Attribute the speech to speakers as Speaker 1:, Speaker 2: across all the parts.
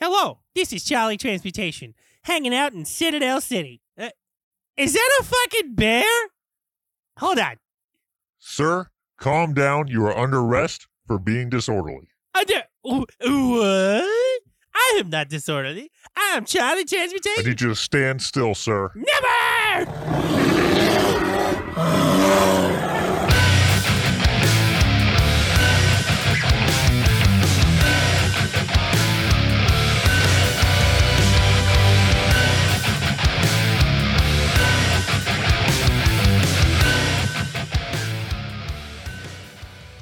Speaker 1: Hello, this is Charlie Transmutation, hanging out in Citadel City. Uh, is that a fucking bear? Hold on.
Speaker 2: Sir, calm down. You are under arrest for being disorderly.
Speaker 1: I do- wh- what? I am not disorderly. I am Charlie
Speaker 2: I
Speaker 1: Transmutation.
Speaker 2: need you to stand still, sir.
Speaker 1: Never!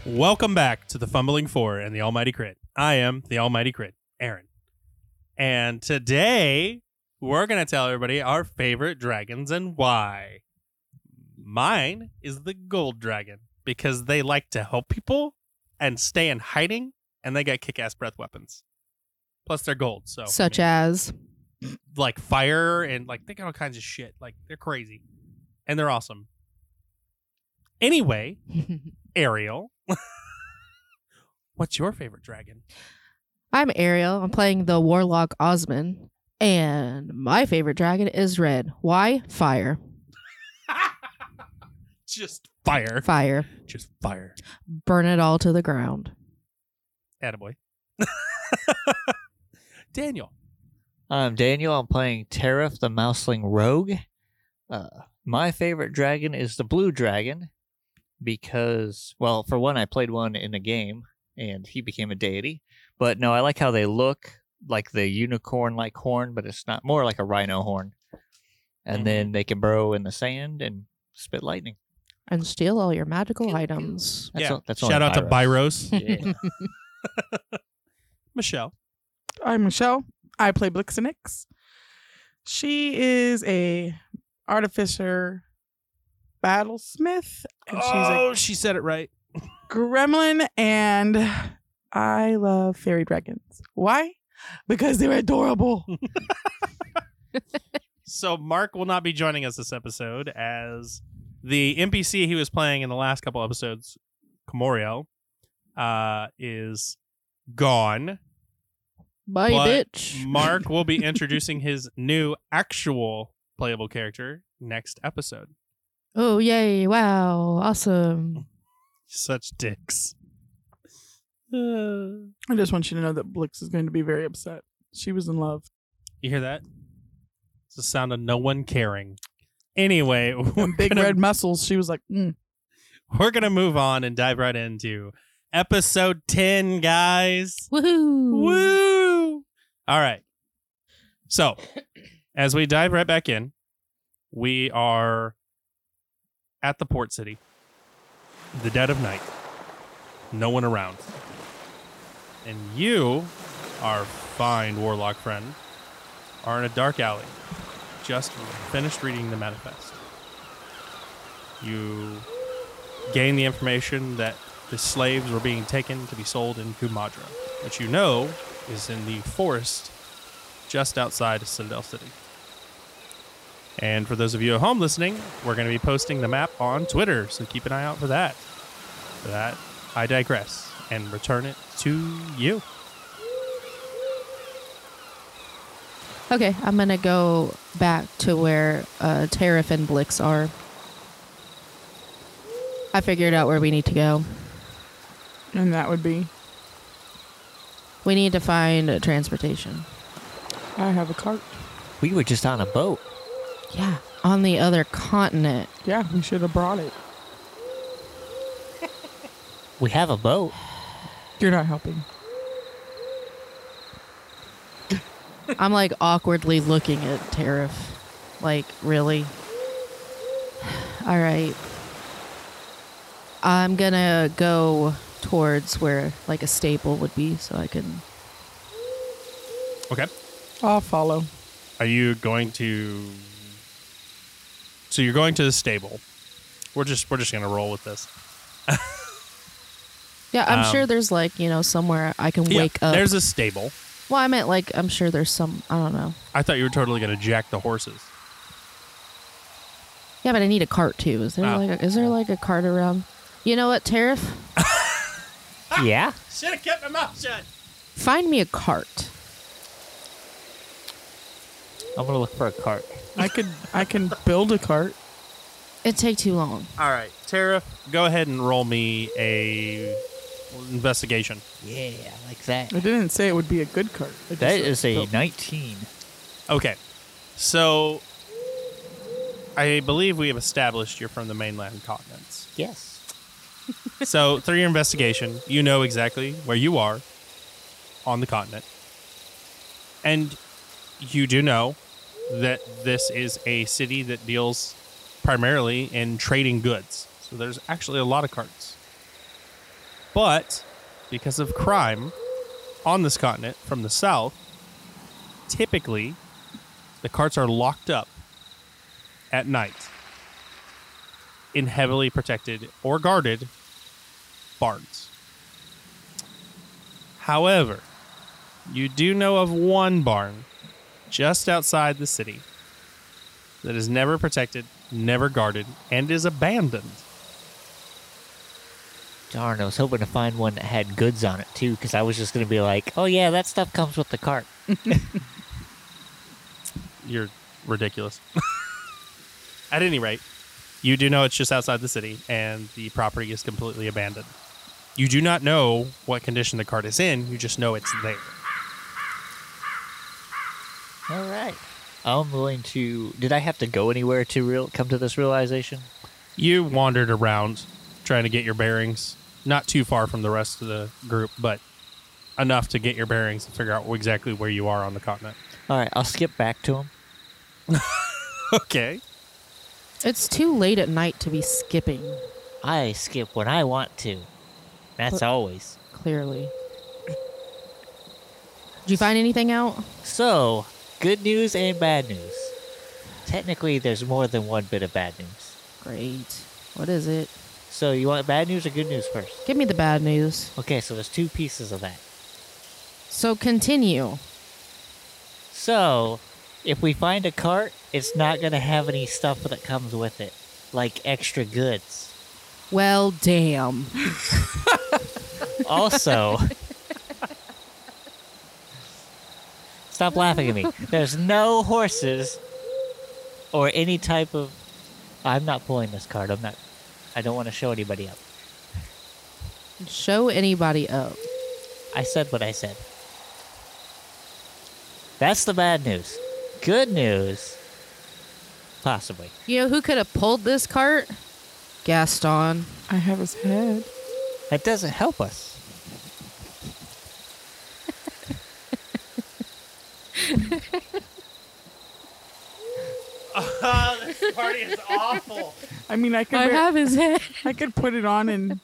Speaker 1: Welcome back to the Fumbling Four and the Almighty Crit. I am the Almighty Crit, Aaron. And today we're going to tell everybody our favorite dragons and why. Mine is the gold dragon because they like to help people and stay in hiding and they got kick ass breath weapons. Plus they're gold, so
Speaker 3: Such
Speaker 1: I mean,
Speaker 3: as
Speaker 1: like fire and like they got all kinds of shit. Like they're crazy. And they're awesome. Anyway, Ariel. What's your favorite dragon?
Speaker 3: I'm Ariel. I'm playing the warlock Osman, and my favorite dragon is red. Why? Fire.
Speaker 1: Just fire.
Speaker 3: Fire.
Speaker 1: Just fire.
Speaker 3: Burn it all to the ground.
Speaker 1: Attaboy. Daniel.
Speaker 4: I'm Um, Daniel. I'm playing Tariff, the Mouseling Rogue. Uh, my favorite dragon is the Blue Dragon because, well, for one, I played one in a game and he became a deity. But no, I like how they look like the unicorn like horn, but it's not more like a rhino horn. And
Speaker 1: Mhm.
Speaker 4: then they can burrow in the sand and spit lightning.
Speaker 3: And steal all your magical
Speaker 4: Pew, pew.
Speaker 3: items.
Speaker 4: That's all- that's all
Speaker 1: Shout
Speaker 4: in
Speaker 1: out to Byros.
Speaker 4: Yeah.
Speaker 1: Michelle.
Speaker 5: I'm Michelle. I play Blixenix. She is a artificer battlesmith, and she's
Speaker 1: Oh, she said it right.
Speaker 5: a gremlin. And I love fairy dragons. Why? Because they're adorable.
Speaker 1: So Mark will not be joining us this episode as the NPC he was playing in the last couple episodes, Comorio, uh, is gone.
Speaker 3: Bye,
Speaker 1: But
Speaker 3: bitch.
Speaker 1: Mark will be introducing his new actual playable character next episode.
Speaker 3: oh, yay. Wow. Awesome.
Speaker 1: Such dicks.
Speaker 5: I just want you to know that Blix is going to be very upset. She was in love.
Speaker 1: You hear that? It's the sound of no one caring. Anyway, we're
Speaker 5: Big
Speaker 1: gonna,
Speaker 5: red muscles. She was like, mm.
Speaker 1: we're gonna move on and dive right into episode ten, guys.
Speaker 3: Woohoo.
Speaker 1: Woo! All right. So, as we dive right back in, we are at the port city, the dead of night, no one around. And you, our fine warlock friend, are in a dark alley, just finished reading the manifest. You gain the information that the slaves were being taken to be sold in Kumadra, which you know is in the forest just outside of Citadel City. And for those of you at home listening, we're going to be posting the map on Twitter, so keep an eye out for that. For that, I digress and return it to you.
Speaker 3: Okay, I'm going to go back to where uh, Tariff and Blix are. I figured out where we need to go.
Speaker 5: and that would be,
Speaker 3: We need to find uh, transportation.
Speaker 5: I have a cart.
Speaker 4: We were just on a boat.
Speaker 3: Yeah, on the other continent.
Speaker 5: Yeah, we should have brought it.
Speaker 4: We have a boat.
Speaker 5: You're not helping.
Speaker 3: I'm like awkwardly looking at Tariff. Like, really? All right. I'm gonna go towards where like a staple would be so I can.
Speaker 1: Okay.
Speaker 5: I'll follow.
Speaker 1: Are you going to? So you're going to the stable. We're just we're just going to roll with this.
Speaker 3: Yeah, I'm
Speaker 1: Um,
Speaker 3: sure there's like, you know, somewhere I can
Speaker 1: Yeah,
Speaker 3: wake up.
Speaker 1: There's a stable.
Speaker 3: well, I meant like, I'm sure there's some, I don't know.
Speaker 1: I thought you were totally going to jack the horses.
Speaker 3: Yeah, but I need a cart too. Is there
Speaker 1: Ah.
Speaker 3: like, a, is there like a cart around? You know what, Tariff?
Speaker 4: yeah.
Speaker 1: Should have kept my mouth shut.
Speaker 3: Find me a cart.
Speaker 4: I'm gonna look for a cart.
Speaker 5: I could I can build a cart.
Speaker 3: It'd take too long.
Speaker 1: All right, Tara, go ahead and roll me a investigation.
Speaker 4: Yeah, I like that.
Speaker 5: I didn't say it would be a good cart. I just
Speaker 4: That
Speaker 5: said
Speaker 4: is a
Speaker 5: build-
Speaker 4: 19.
Speaker 1: Okay, so I believe we have established you're from the mainland continents.
Speaker 4: Yes.
Speaker 1: so through your investigation, you know exactly where you are on the continent, and you do know that this is a city that deals primarily in trading goods. So there's actually a lot of carts, but because of crime on this continent from the south, typically the carts are locked up at night in heavily protected or guarded barns. However, you do know of one barn just outside the city that is never protected, never guarded, and is abandoned.
Speaker 4: Darn, I was hoping to find one that had goods on it too, because I was just gonna be like, oh yeah, that stuff comes with the cart.
Speaker 1: You're ridiculous. At any rate, you do know it's just outside the city and the property is completely abandoned. You do not know what condition the cart is in, you just know it's there.
Speaker 4: All right. I'm willing to. Did I have to go anywhere to real come to this realization?
Speaker 1: You wandered around trying to get your bearings, not too far from the rest of the group, but enough to get your bearings and figure out exactly where you are on the continent.
Speaker 4: All right, I'll skip back to him.
Speaker 1: Okay.
Speaker 3: It's too late at night to be skipping,
Speaker 4: I skip when I want to. That's
Speaker 3: But-
Speaker 4: always.
Speaker 3: clearly. Did you find anything out?
Speaker 4: So, good news and bad news. Technically, there's more than one bit of bad news.
Speaker 3: Great. What is it?
Speaker 4: So, you want bad news or good news first?
Speaker 3: Give me the bad news.
Speaker 4: Okay, so there's two pieces of that.
Speaker 3: So continue.
Speaker 4: So, if we find a cart, it's not going to have any stuff that comes with it, like extra goods.
Speaker 3: Well, damn.
Speaker 4: Also, stop laughing at me. There's no horses or any type of. I'm not pulling this card. I'm not. I don't want to show anybody up.
Speaker 3: Show anybody up.
Speaker 4: I said what I said. That's the bad news. Good news. Possibly.
Speaker 3: You know who could have pulled this cart? Gaston.
Speaker 5: I have his head.
Speaker 4: That doesn't help us.
Speaker 1: this party is awful.
Speaker 5: I mean, I could wear-
Speaker 3: his head.
Speaker 5: I could put it on and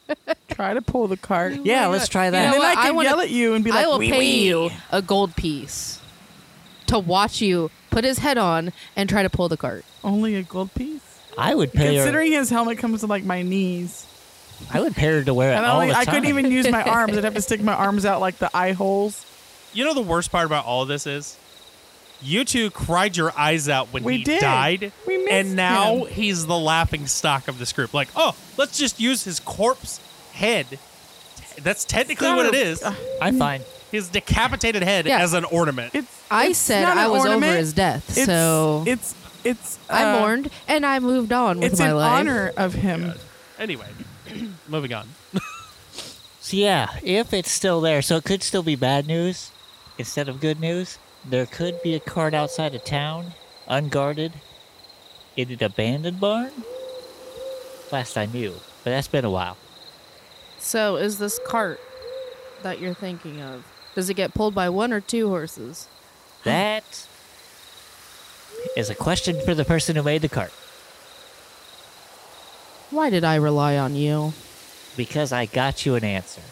Speaker 5: try to pull the cart. And
Speaker 4: Yeah, let's try that.
Speaker 3: know
Speaker 5: then
Speaker 3: what?
Speaker 5: I
Speaker 3: I
Speaker 5: could
Speaker 3: wanna-
Speaker 5: yell at you and be like,
Speaker 3: I will
Speaker 5: "Wee,
Speaker 3: pay
Speaker 5: wee."
Speaker 3: you a gold piece to watch you put his head on and try to pull the cart.
Speaker 5: Only a gold piece.
Speaker 4: I would pay her.
Speaker 5: Considering his helmet comes to like my knees,
Speaker 4: I would pay her to wear it
Speaker 5: and I,
Speaker 4: all
Speaker 5: only,
Speaker 4: the
Speaker 5: I
Speaker 4: time.
Speaker 5: couldn't even use my arms. I'd have to stick my arms out like the eye holes.
Speaker 1: You know the worst part about all of this is you two cried your eyes out when
Speaker 5: We
Speaker 1: he
Speaker 5: did.
Speaker 1: died.
Speaker 5: We missed
Speaker 1: and now
Speaker 5: him.
Speaker 1: he's the laughing stock of this group. Like, oh, let's just use his corpse head. That's technically
Speaker 5: not
Speaker 1: what
Speaker 5: a-
Speaker 1: it is.
Speaker 4: I'm fine.
Speaker 1: His decapitated head
Speaker 3: Yeah.
Speaker 1: as an ornament.
Speaker 5: It's
Speaker 3: I
Speaker 5: it's
Speaker 3: said
Speaker 5: not
Speaker 3: I
Speaker 5: an
Speaker 3: was
Speaker 5: ornament.
Speaker 3: over his death,
Speaker 5: It's,
Speaker 3: so
Speaker 5: it's it's
Speaker 3: I
Speaker 5: uh,
Speaker 3: mourned and I moved on with
Speaker 5: It's
Speaker 3: my
Speaker 5: in
Speaker 3: life.
Speaker 5: honor of him.
Speaker 1: Anyway, moving on.
Speaker 4: So yeah, if it's still there, so it could still be bad news instead of good news. There could be a cart outside of town, unguarded, in an abandoned barn. Last I knew, but that's been a while.
Speaker 3: So, is this cart that you're thinking of? Does it get pulled by one or two horses?
Speaker 4: That is a question for the person who made the cart
Speaker 3: Why did I rely on you?
Speaker 4: because I got you an answer.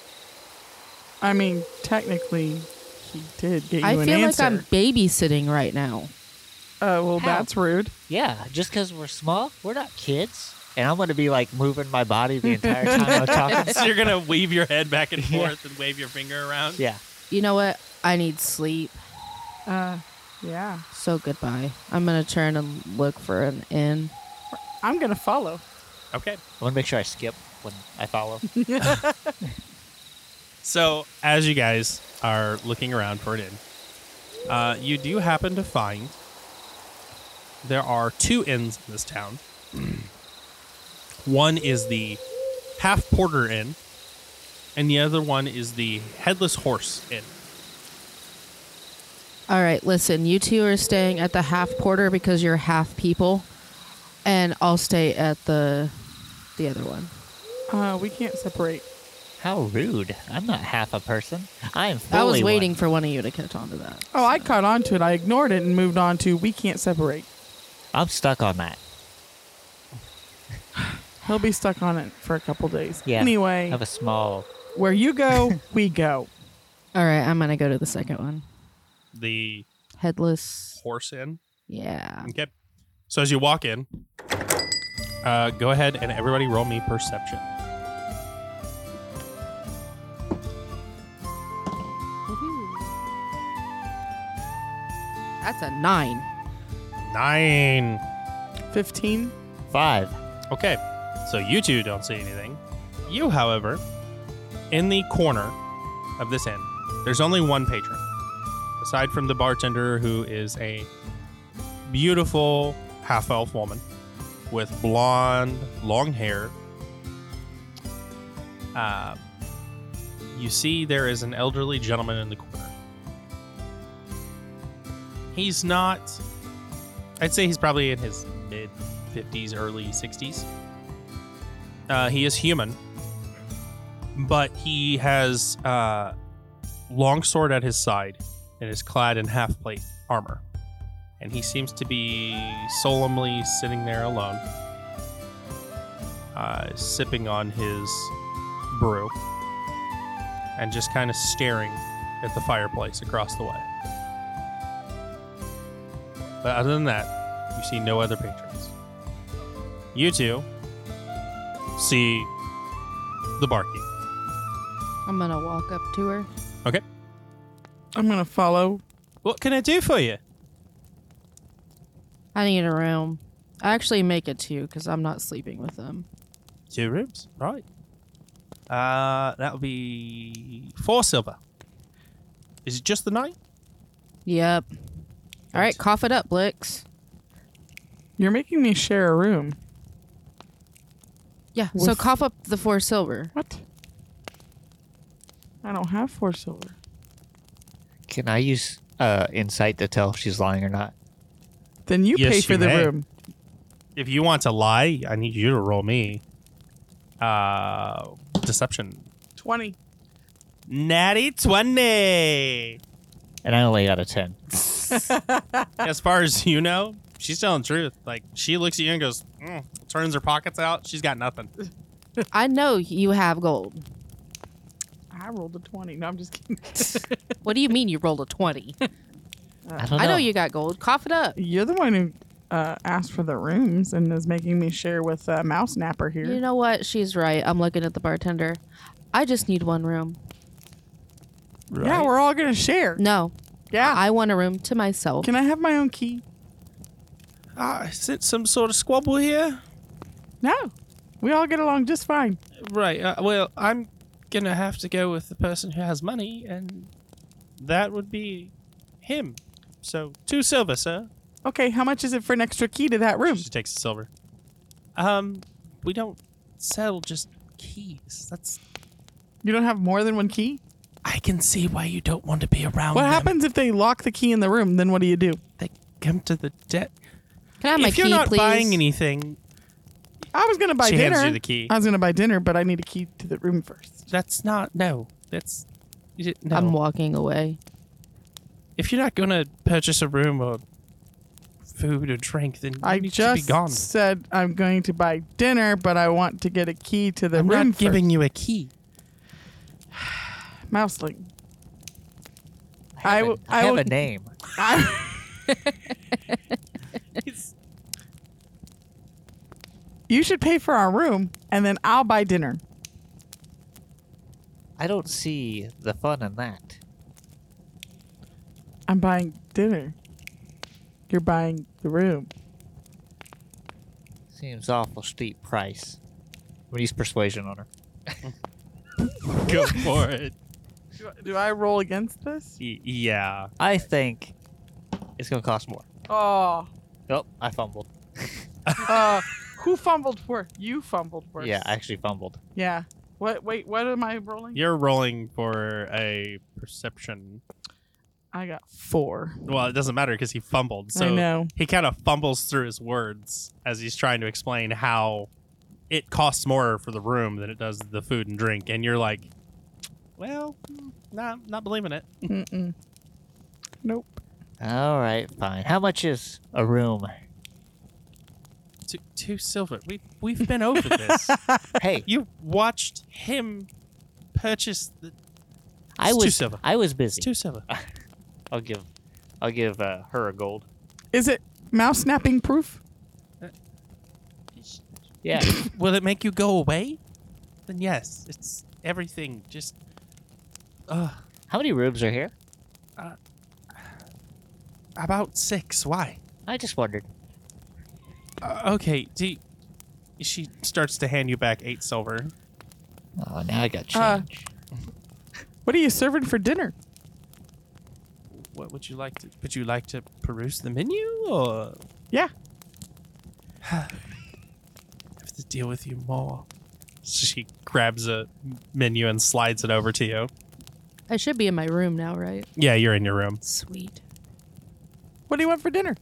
Speaker 5: I mean, technically, he did get you
Speaker 3: I
Speaker 5: an
Speaker 3: feel
Speaker 5: answer.
Speaker 3: like I'm babysitting right now.
Speaker 5: Uh, well,
Speaker 4: How?
Speaker 5: that's rude.
Speaker 4: Yeah, just because we're small, we're not kids. And I'm gonna be like moving my body the entire time I'm talking.
Speaker 1: So you're gonna weave your head back and
Speaker 4: Yeah.
Speaker 1: forth and wave your finger around.
Speaker 4: Yeah.
Speaker 3: You know what? I need sleep.
Speaker 5: Uh, yeah,
Speaker 3: So goodbye. I'm gonna turn and look for an inn.
Speaker 5: I'm gonna follow.
Speaker 1: Okay.
Speaker 4: I want to make sure I skip when I follow.
Speaker 1: So as you guys are looking around for an inn, uh, you do happen to find there are two inns in this town. one is the Half Porter Inn, and the other one is the Headless Horse Inn.
Speaker 3: All right, listen, you two are staying at the half porter because you're half people, and I'll stay at the the other one.
Speaker 5: Uh, we can't separate.
Speaker 4: How rude. I'm not half a person. I am fully
Speaker 3: I was
Speaker 4: one.
Speaker 3: waiting for one of you to catch on to that.
Speaker 5: Oh, I caught on to it. I ignored it and moved on to we can't separate.
Speaker 4: I'm stuck on that.
Speaker 5: He'll be stuck on it for a couple days.
Speaker 4: Yeah. I
Speaker 5: Anyway,
Speaker 4: have a small.
Speaker 5: where you go, we go.
Speaker 3: All right, I'm gonna go to the second one.
Speaker 1: The
Speaker 3: Headless.
Speaker 1: Horse Inn.
Speaker 3: Yeah.
Speaker 1: Okay. So as you walk in, uh, go ahead and everybody roll me perception.
Speaker 3: That's a nine.
Speaker 1: Nine.
Speaker 5: 15.
Speaker 4: Five.
Speaker 1: Okay, so you two don't see anything. You, however, in the corner of this inn, there's only one patron. Aside from the bartender, who is a beautiful half elf woman with blonde, long hair, uh, you see there is an elderly gentleman in the corner. He's not, I'd say he's probably in his mid 50s, early 60s. Uh, he is human, but he has uh, long sword at his side and is clad in half plate armor. And he seems to be solemnly sitting there alone, uh, sipping on his brew and just kind of staring at the fireplace across the way. But other than that, you see no other patrons you two see the barkeep.
Speaker 3: I'm gonna walk up to her.
Speaker 5: I'm going to follow.
Speaker 1: What can I do for you?
Speaker 3: I need a room. I actually make it two because I'm not sleeping with them.
Speaker 1: Two rooms, right? Uh, that would be four silver. Is it just the night?
Speaker 3: Yep. All right, cough it up, Blix.
Speaker 5: You're making me share a room.
Speaker 3: Yeah. so
Speaker 5: With-
Speaker 3: cough up the four silver.
Speaker 5: What? I don't have four silver.
Speaker 4: Can I use uh, insight to tell if she's lying or not?
Speaker 5: Then you
Speaker 1: Yes,
Speaker 5: pay for
Speaker 1: you
Speaker 5: the
Speaker 1: may.
Speaker 5: room.
Speaker 1: If you want to lie, I need you to roll me. Uh, deception.
Speaker 5: 20.
Speaker 1: Natty twenty.
Speaker 4: And I only got a 10.
Speaker 1: as far as you know, she's telling the truth. Like she looks at you and goes, mm, turns her pockets out. She's got nothing.
Speaker 3: I know you have gold.
Speaker 5: I rolled a 20. No, I'm just kidding.
Speaker 3: What do you mean you rolled a twenty?
Speaker 4: I don't know.
Speaker 3: I know you got gold. Cough it up.
Speaker 5: You're the one who uh, asked for the rooms and is making me share with uh, Mouse Napper here.
Speaker 3: You know what? She's right. I'm looking at the bartender. I just need one room.
Speaker 5: Yeah, we're all going to share.
Speaker 3: No,
Speaker 5: Yeah.
Speaker 3: I want a room to myself.
Speaker 5: Can I have my own key?
Speaker 1: Ah, is it some sort of squabble here?
Speaker 5: No. We all get along just fine.
Speaker 1: Right. Uh, well, I'm gonna have to go with the person who has money, and that would be him. So two silver, sir.
Speaker 5: Okay, how much is it for an extra key to that room?
Speaker 1: She takes the silver. Um, we don't sell just keys. That's.
Speaker 5: You don't have more than one key?
Speaker 1: I can see why you don't want to be around.
Speaker 5: What
Speaker 1: them.
Speaker 5: happens if they lock the key in the room? Then what do you do?
Speaker 1: They come to the debt.
Speaker 3: Can I have my
Speaker 1: if you're
Speaker 3: key,
Speaker 1: not
Speaker 3: please?
Speaker 1: buying anything,
Speaker 5: I was gonna buy
Speaker 1: she
Speaker 5: dinner.
Speaker 1: hands you the key.
Speaker 5: I was gonna buy dinner, but I need a key to the room first.
Speaker 1: That's not no. That's you didn't- no.
Speaker 3: I'm walking away.
Speaker 1: if you're not gonna purchase a room or food or drink, then you
Speaker 5: I
Speaker 1: need
Speaker 5: just
Speaker 1: to be gone.
Speaker 5: said I'm going to buy dinner, but I want to get a key to the
Speaker 1: I'm
Speaker 5: room
Speaker 1: not giving you a key.
Speaker 5: first. Mouseling.
Speaker 4: I
Speaker 5: I
Speaker 4: have, a-
Speaker 5: will-
Speaker 4: I
Speaker 5: I
Speaker 4: have
Speaker 5: will-
Speaker 4: a name.
Speaker 5: I- you should pay for our room, and then I'll buy dinner.
Speaker 4: I don't see the fun in that.
Speaker 5: I'm buying dinner. You're buying the room.
Speaker 4: Seems awful steep price. I'm gonna use persuasion on her.
Speaker 1: Go for it.
Speaker 5: Do I roll against this?
Speaker 1: Y- yeah.
Speaker 4: I think it's gonna cost more.
Speaker 5: Oh,
Speaker 4: Oh, I fumbled.
Speaker 5: Uh, who fumbled for? You fumbled first.
Speaker 4: Yeah, I actually fumbled.
Speaker 5: yeah. What? Wait. What am I rolling?
Speaker 1: You're rolling for a perception.
Speaker 5: I got four.
Speaker 1: Well, it doesn't matter because he fumbled. So
Speaker 5: I know.
Speaker 1: he kind of fumbles through his words as he's trying to explain how it costs more for the room than it does the food and drink, and you're like, "Well, mm, not not believing it."
Speaker 5: Mm-mm. Nope.
Speaker 4: All right, fine. How much is a room?
Speaker 1: Two, two silver. We we've been over this.
Speaker 4: Hey,
Speaker 1: You watched him purchase the
Speaker 4: I
Speaker 1: It's two
Speaker 4: was
Speaker 1: silver.
Speaker 4: I was busy.
Speaker 1: two silver.
Speaker 4: I'll give I'll give uh, her a gold.
Speaker 5: Is it mouse snapping proof?
Speaker 4: Yeah.
Speaker 1: Will it make you go away? Then yes, it's everything. Just uh,
Speaker 4: How many rooms are here?
Speaker 1: about six. Why?
Speaker 4: I just wondered.
Speaker 1: Uh, okay. Do you- she starts to hand you back eight silver?
Speaker 4: Oh, now I got
Speaker 5: Uh,
Speaker 4: change.
Speaker 5: What are you serving for dinner?
Speaker 1: What would you like to? Would you like to peruse the menu or?
Speaker 5: Yeah.
Speaker 1: I have to deal with you more. She grabs a menu and slides it over to you.
Speaker 3: I should be in my room now, right?
Speaker 1: Yeah, you're in your room.
Speaker 3: Sweet.
Speaker 5: What do you want for dinner?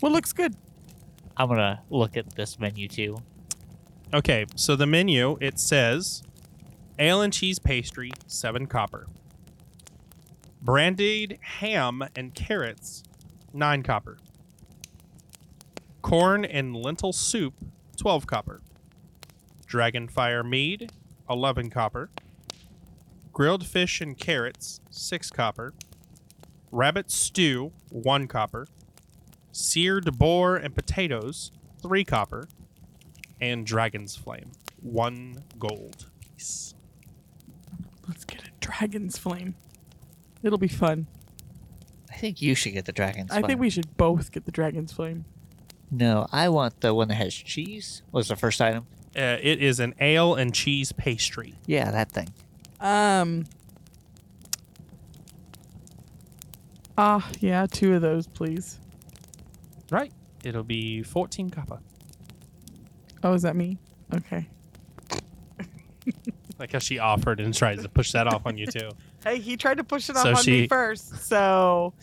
Speaker 5: What looks good?
Speaker 4: I'm gonna look at this menu too.
Speaker 1: Okay, so the menu it says ale and cheese pastry, seven copper. Brandied ham and carrots, nine copper. Corn and lentil soup, twelve copper. Dragonfire mead, eleven copper. Grilled fish and carrots, six copper. Rabbit stew, one copper. Seared boar and potatoes, three copper and Dragon's Flame. One gold. piece.
Speaker 5: Let's get a dragon's flame. It'll be fun.
Speaker 4: I think you should get the dragon's.
Speaker 5: I think we should both get the dragon's flame.
Speaker 4: No, I want the one that has cheese. Was the first item?
Speaker 1: Uh, it is an ale and cheese pastry.
Speaker 4: Yeah, that thing.
Speaker 5: Um. Ah, yeah, two of those, please.
Speaker 1: Right. It'll be 14 copper.
Speaker 5: Oh, is that me? Okay.
Speaker 1: Like how she offered and tries to push that off on you too.
Speaker 5: Hey, he tried to push it
Speaker 1: So
Speaker 5: off on
Speaker 1: she-
Speaker 5: me first, so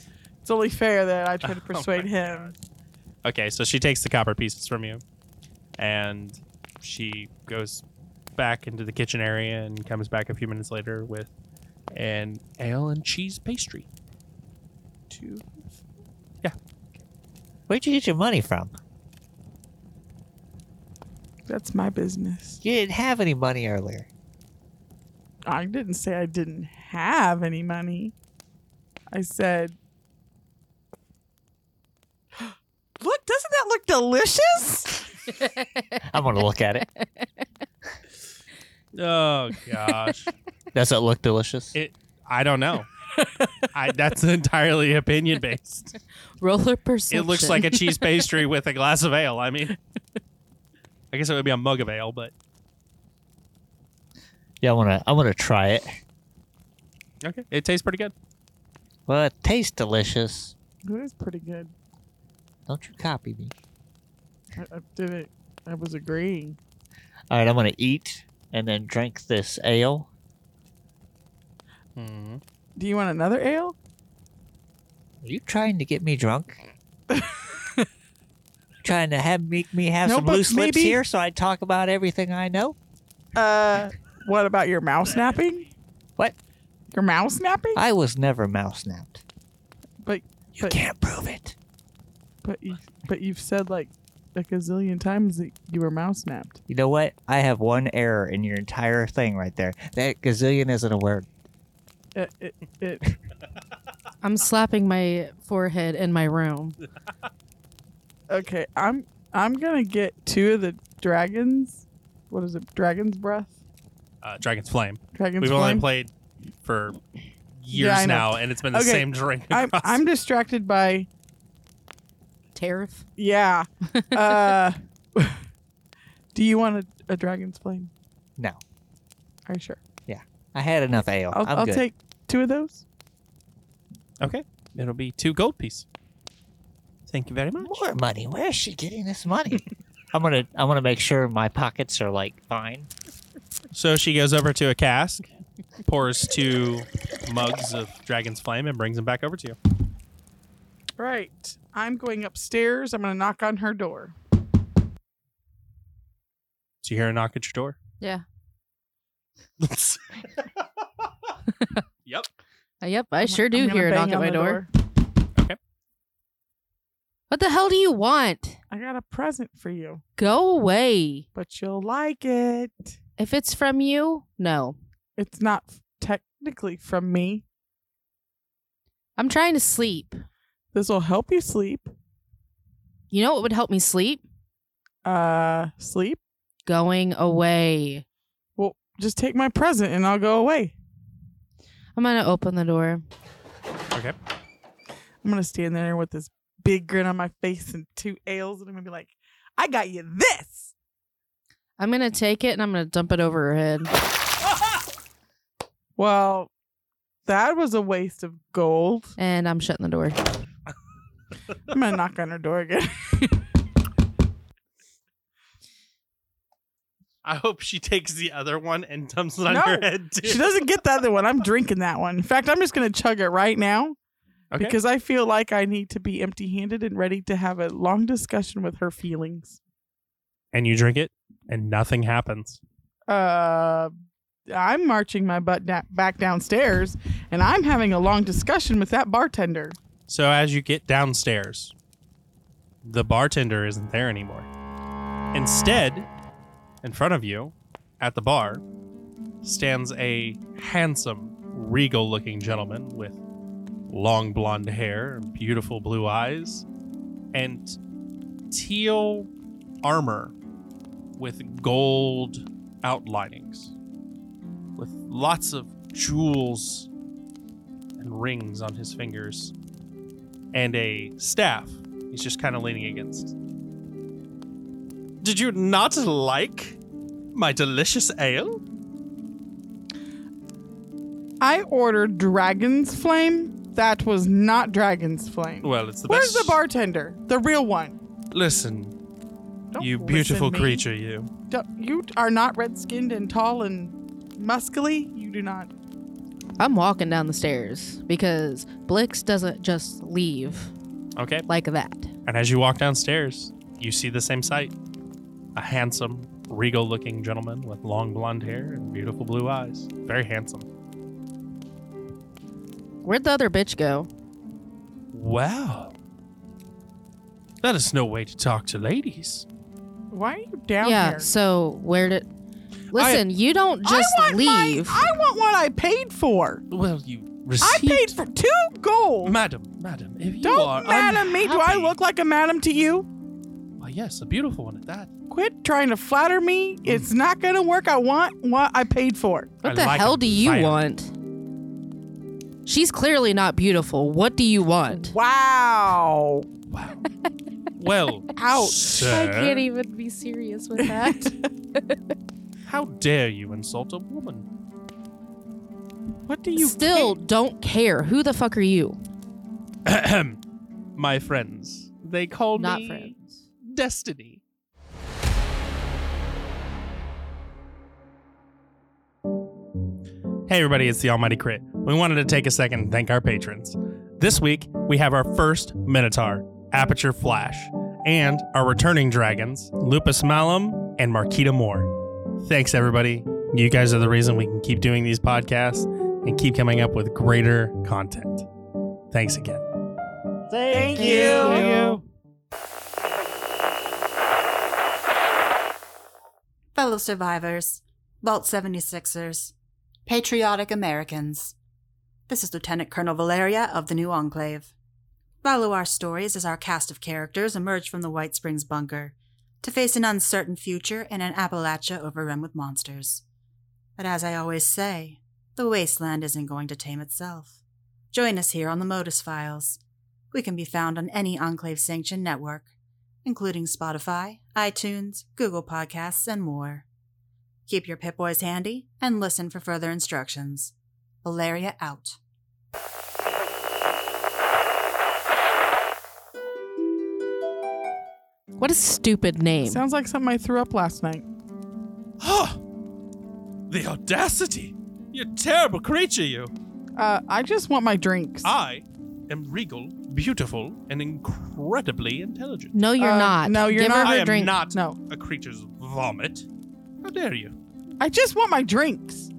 Speaker 5: it's only fair that I try to
Speaker 1: Oh my
Speaker 5: persuade him.
Speaker 1: Okay, so she takes the copper pieces from you and she goes back into the kitchen area and comes back a few minutes later with an ale and cheese pastry.
Speaker 5: Two.
Speaker 4: Where'd you get your money from?
Speaker 5: That's my business.
Speaker 4: You didn't have any money earlier.
Speaker 5: I didn't say I didn't have any money. I said, "Look, doesn't that look delicious?"
Speaker 4: I'm gonna look at it.
Speaker 1: Oh gosh.
Speaker 4: Does it look delicious?
Speaker 1: It- I don't know. I, that's entirely opinion based.
Speaker 3: Roller perception.
Speaker 1: It looks like a cheese pastry with a glass of ale. I mean, I guess it would be a mug of ale, but
Speaker 4: yeah, I wanna. I wanna try it.
Speaker 1: okay, it tastes pretty good.
Speaker 4: Well, it tastes delicious.
Speaker 5: That is pretty good.
Speaker 4: Don't you copy me?
Speaker 5: I, I did it. I was agreeing.
Speaker 4: All right, I'm gonna eat and then drink this ale.
Speaker 1: Mm-hmm.
Speaker 5: Do you want another ale?
Speaker 4: Are you trying to get me drunk? trying to have make me have
Speaker 5: No,
Speaker 4: some
Speaker 5: but
Speaker 4: loose lips
Speaker 5: maybe-
Speaker 4: here so I talk about everything I know?
Speaker 5: Uh, what about your mouse napping?
Speaker 4: What?
Speaker 5: Your mouse napping?
Speaker 4: I was never mouse napped.
Speaker 5: But-
Speaker 4: you
Speaker 5: but-
Speaker 4: can't prove it.
Speaker 5: But you, but you've said like a gazillion times that you were mouse napped.
Speaker 4: You know what? I have one error in your entire thing right there. That gazillion isn't a word.
Speaker 5: It, it, it,
Speaker 3: I'm slapping my forehead in my room.
Speaker 5: okay, I'm I'm gonna get two of the dragons. What is it? Dragon's breath.
Speaker 1: Uh, Dragon's Flame.
Speaker 5: Dragon's
Speaker 1: We've
Speaker 5: flame.
Speaker 1: only played for years
Speaker 5: Yeah, I know.
Speaker 1: now, and it's been the
Speaker 5: Okay.
Speaker 1: same drink.
Speaker 5: I'm
Speaker 1: across-
Speaker 5: I'm distracted by
Speaker 3: Tariff.
Speaker 5: yeah. Uh, do you want a, a dragon's flame?
Speaker 4: No.
Speaker 5: Are you sure?
Speaker 4: I had enough ale.
Speaker 5: I'll,
Speaker 4: am
Speaker 5: I'll
Speaker 4: Oh, good.
Speaker 5: take two of those.
Speaker 1: okay. It'll be two gold piece. Thank you very much.
Speaker 4: More money. Where is she getting this money? I'm gonna I'm gonna make sure my pockets are like fine.
Speaker 1: So she goes over to a cask, pours two mugs of Dragon's Flame, and brings them back over to you.
Speaker 5: Right. I'm going upstairs. I'm going to knock on her door.
Speaker 1: So you hear a knock at your door.
Speaker 3: Yeah.
Speaker 1: yep.
Speaker 3: Uh, yep, I
Speaker 5: I'm-
Speaker 3: sure do
Speaker 5: I'm gonna
Speaker 3: hear a knock
Speaker 5: bang
Speaker 3: at
Speaker 5: on
Speaker 3: my
Speaker 5: the
Speaker 3: door. What the hell do you want?
Speaker 5: I got a present for you,
Speaker 3: Go away.
Speaker 5: but you'll like it.
Speaker 3: If it's from you, no.
Speaker 5: It's not f- technically from me.
Speaker 3: I'm trying to sleep.
Speaker 5: This will help you sleep.
Speaker 3: You know what would help me sleep?
Speaker 5: Uh, sleep.
Speaker 3: Going away.
Speaker 5: Well, just take my present and I'll go away.
Speaker 3: I'm gonna open the door.
Speaker 5: I'm gonna stand there with this big grin on my face and two ales, and I'm gonna be like, "I got you this."
Speaker 3: I'm gonna take it and I'm gonna dump it over her head.
Speaker 5: Well, that was a waste of gold.
Speaker 3: And I'm shutting the door.
Speaker 5: I'm gonna knock on her door again.
Speaker 1: I hope she takes the other one and dumps it on
Speaker 5: No.
Speaker 1: your head too.
Speaker 5: she doesn't get the other one. I'm drinking that one. In fact, I'm just gonna chug it right now
Speaker 1: Okay.
Speaker 5: because I feel like I need to be empty-handed and ready to have a long discussion with her feelings.
Speaker 1: and you drink it, and nothing happens.
Speaker 5: uh I'm marching my butt da- back downstairs and I'm having a long discussion with that bartender.
Speaker 1: So as you get downstairs, the bartender isn't there anymore. Instead, in front of you, at the bar, stands a handsome, regal looking gentleman with long blonde hair and beautiful blue eyes and teal armor with gold outlinings with lots of jewels and rings on his fingers and a staff. He's just kind of leaning against. Did you not like my delicious ale?
Speaker 5: I ordered Dragon's Flame. That was not Dragon's Flame.
Speaker 1: Well, it's the
Speaker 5: Where's
Speaker 1: best.
Speaker 5: the bartender? The real one.
Speaker 1: Listen,
Speaker 5: Don't
Speaker 1: you
Speaker 5: listen
Speaker 1: beautiful
Speaker 5: me.
Speaker 1: creature, you.
Speaker 5: Don't- you are not red skinned and tall and muscly. You do not.
Speaker 3: I'm walking down the stairs because Blix doesn't just leave
Speaker 1: Okay.
Speaker 3: like that.
Speaker 1: And as you walk downstairs, you see the same sight. A handsome, regal looking gentleman with long blonde hair and beautiful blue eyes. Very handsome.
Speaker 3: Where'd the other bitch go?
Speaker 1: Wow. That is no way to talk to ladies.
Speaker 5: Why are you down
Speaker 3: yeah,
Speaker 5: here?
Speaker 3: so where did. Listen, you don't just
Speaker 5: I want my-
Speaker 3: leave.
Speaker 5: I want what I paid for.
Speaker 1: Well, you
Speaker 5: I
Speaker 1: received.
Speaker 5: paid for two gold.
Speaker 1: Madam, madam, if you are
Speaker 5: Don't madam me. Do I
Speaker 1: unhappy-
Speaker 5: look like a madam to you?
Speaker 1: Why, yes, a beautiful one at that.
Speaker 5: Quit trying to flatter me. It's not going to work. I want what I paid for.
Speaker 3: What
Speaker 1: I
Speaker 3: the
Speaker 1: like
Speaker 3: hell
Speaker 1: him
Speaker 3: do you
Speaker 1: violent.
Speaker 3: want? She's clearly not beautiful. What do you want?
Speaker 5: Wow.
Speaker 1: Well,
Speaker 5: Ouch.
Speaker 1: sir,
Speaker 3: even be serious with that.
Speaker 1: how dare you insult a woman?
Speaker 5: What do you
Speaker 3: Still don't care. Who the fuck are you?
Speaker 1: My friends, they call
Speaker 3: Not
Speaker 1: me
Speaker 3: friends.
Speaker 1: Destiny. Hey, everybody, it's the Almighty Crit. We wanted to take a second and thank our patrons. This week, we have our first Minotaur, Aperture Flash, and our returning dragons, Lupus Malum and Marquita Moore. Thanks, everybody. You guys are the reason we can keep doing these podcasts and keep coming up with greater content. Thanks again.
Speaker 5: Thank you.
Speaker 6: fellow survivors, Vault 76ers, patriotic Americans. This is Lieutenant Colonel Valeria of the New Enclave. Follow our stories as our cast of characters emerge from the White Springs bunker to face an uncertain future in an Appalachia overrun with monsters. But as I always say, the wasteland isn't going to tame itself. Join us here on the Modus Files. We can be found on any Enclave sanctioned network including Spotify, iTunes, Google Podcasts, and more. Keep your Pip Boys handy and listen for further instructions. Valeria out.
Speaker 3: What a stupid name.
Speaker 5: Sounds like something I threw up last night.
Speaker 7: Oh, the audacity! You terrible creature, you!
Speaker 5: Uh, I just want my drinks.
Speaker 7: I am regal, beautiful, and incredibly intelligent.
Speaker 3: no, you're
Speaker 5: Uh,
Speaker 3: not.
Speaker 5: no, you're
Speaker 3: Give
Speaker 5: not.
Speaker 3: Her
Speaker 7: I
Speaker 3: her
Speaker 7: am
Speaker 3: drink.
Speaker 7: not
Speaker 5: No.
Speaker 7: a creature's vomit. How dare you?
Speaker 5: I just want my drinks.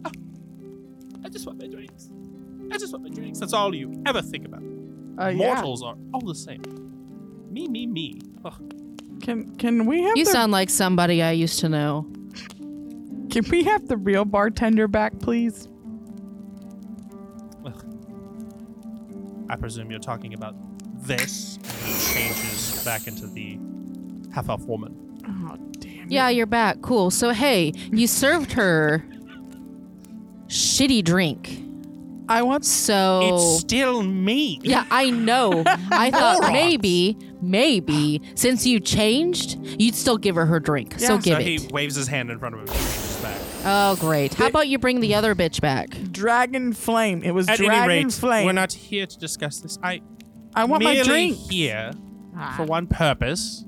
Speaker 7: I just want my drinks. I just want my drinks. That's all you ever think about.
Speaker 5: Uh, yeah.
Speaker 7: Mortals are all the same. Me, me, me. Ugh.
Speaker 5: Can can we have
Speaker 3: You
Speaker 5: the
Speaker 3: sound like somebody I used to know.
Speaker 5: can we have the real bartender back, please?
Speaker 7: I presume you're talking about this and it changes back into the half elf woman.
Speaker 5: Oh damn.
Speaker 3: Yeah,
Speaker 5: it.
Speaker 3: you're back. Cool. So hey, you served her shitty drink.
Speaker 5: I want.
Speaker 3: So
Speaker 5: Oh.
Speaker 7: It's still me.
Speaker 3: yeah, I know. I thought
Speaker 7: Morons.
Speaker 3: maybe, maybe since you changed, you'd still give her her drink.
Speaker 5: Yeah.
Speaker 3: so give
Speaker 7: so
Speaker 3: it.
Speaker 7: he waves his hand in front of him and changes back.
Speaker 3: Oh, great. How about you bring the other bitch back?
Speaker 5: Dragon flame. It was
Speaker 7: At
Speaker 5: dragon
Speaker 7: any rate,
Speaker 5: flame.
Speaker 7: we're not here to discuss this. I
Speaker 5: I want my
Speaker 7: merely
Speaker 5: drink.
Speaker 7: here
Speaker 5: Ah.
Speaker 7: for one purpose.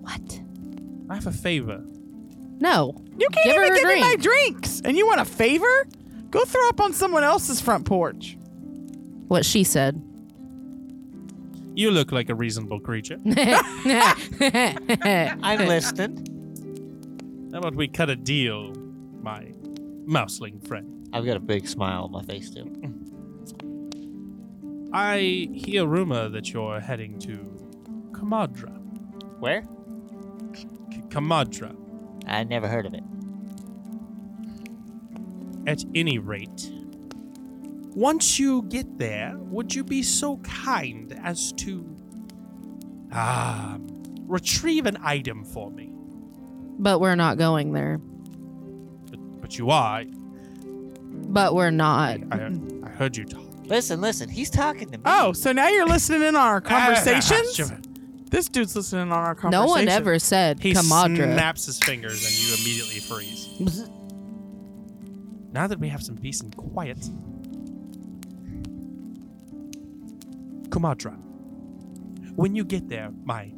Speaker 3: What?
Speaker 7: I have a favor.
Speaker 3: No.
Speaker 5: You can't
Speaker 3: Give her
Speaker 5: even
Speaker 3: a
Speaker 5: give me my
Speaker 3: drink.
Speaker 5: drinks, and you want a favor? Go throw up on someone else's front porch.
Speaker 3: What she said.
Speaker 7: You look like a reasonable creature.
Speaker 3: How
Speaker 4: I'm listening.
Speaker 7: How about we cut a deal, my mouseling friend?
Speaker 4: I've got a big smile on my face too.
Speaker 7: I hear rumor that you're heading to Kamadra.
Speaker 4: Where?
Speaker 7: K- Kamadra.
Speaker 4: I never heard of it.
Speaker 7: At any rate, once you get there, would you be so kind as to ah retrieve an item for me?
Speaker 3: but we're not going there.
Speaker 7: But, but you are. I,
Speaker 3: But we're not.
Speaker 7: I, I heard you talk.
Speaker 4: Listen, listen. He's talking to me.
Speaker 5: Oh, so now you're listening in on our
Speaker 1: Ah,
Speaker 5: conversations?
Speaker 7: Ah, Sure.
Speaker 5: This dude's listening in on our
Speaker 3: No
Speaker 5: conversations.
Speaker 3: one ever said
Speaker 7: He
Speaker 3: Kamadra.
Speaker 7: snaps his fingers and you immediately freeze. now that we have some peace and quiet. Kumadra, when you get there, my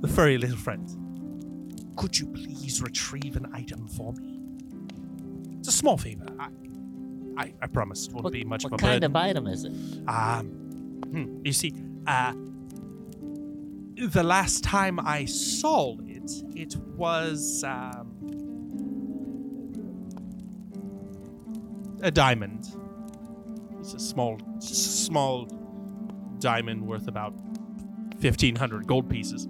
Speaker 7: the furry little friend, could you please retrieve an item for me? It's a small favor. I, I, I promise it won't
Speaker 4: What,
Speaker 7: be much
Speaker 4: what
Speaker 7: of a
Speaker 4: kind
Speaker 7: burden.
Speaker 4: of item is it?
Speaker 7: Um, hmm, you see, uh, the last time I saw it, it was um, a diamond. It's a small, small diamond worth about fifteen hundred gold pieces.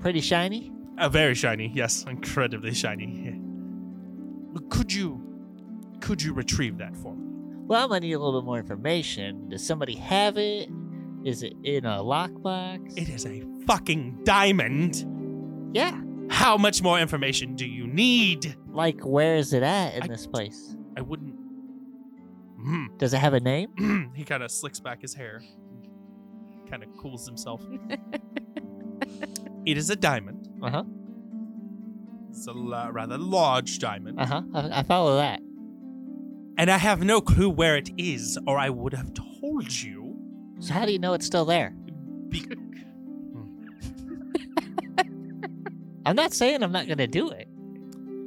Speaker 4: Pretty shiny.
Speaker 7: Uh, very shiny, yes, incredibly shiny. Could you, could you retrieve that for me?
Speaker 4: Well, I'm gonna need a little bit more information. Does somebody have it? Is it in a lockbox?
Speaker 7: It is a fucking diamond.
Speaker 4: yeah.
Speaker 7: How much more information do you need?
Speaker 4: Like, where is it at in
Speaker 7: I-
Speaker 4: this place?
Speaker 7: I wouldn't. Hmm.
Speaker 4: Does it have a name?
Speaker 7: he kind of slicks back his hair, kind of cools himself. it is a diamond.
Speaker 4: Uh huh.
Speaker 7: It's a la- rather large diamond,
Speaker 4: Uh huh. I, I follow that.
Speaker 7: and I have no clue where it is, or I would have told you.
Speaker 4: So how do you know it's still there?
Speaker 7: Be-
Speaker 4: I'm not saying I'm not gonna do it.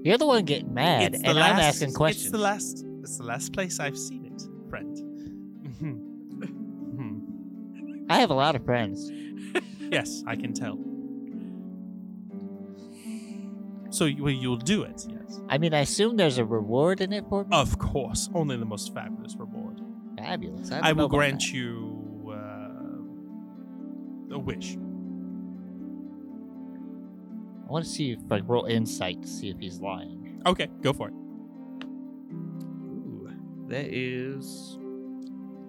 Speaker 4: You're the one getting mad,
Speaker 7: it's the
Speaker 4: and
Speaker 7: last,
Speaker 4: I'm asking questions.
Speaker 7: It's the last. It's the last place I've seen it, friend. Mhm. Mhm.
Speaker 4: I have a lot of friends.
Speaker 7: Yes, I can tell. So you, well, you'll do it, yes.
Speaker 4: I mean, I assume there's a reward in it for me.
Speaker 7: Of course, only the most fabulous reward.
Speaker 4: Fabulous. I, don't
Speaker 7: I
Speaker 4: know
Speaker 7: will
Speaker 4: about
Speaker 7: grant
Speaker 4: that.
Speaker 7: you uh, a wish.
Speaker 4: I want to see if like roll insight to see if he's lying.
Speaker 7: Okay, go for it.
Speaker 4: Ooh, that is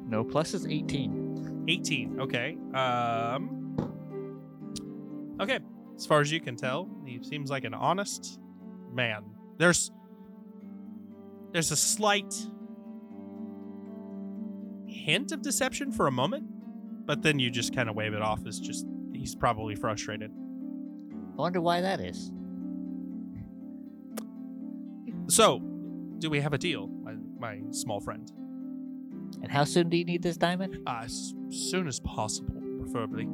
Speaker 4: no pluses. Eighteen.
Speaker 7: 18. Okay. Um. Okay. As far as you can tell, he seems like an honest man. There's there's a slight hint of deception for a moment, but then you just kind of wave it off as just he's probably frustrated.
Speaker 4: I wonder why that is.
Speaker 7: So, do we have a deal, my, my small friend?
Speaker 4: And how soon do you need this diamond?
Speaker 7: Uh, as soon as possible, preferably.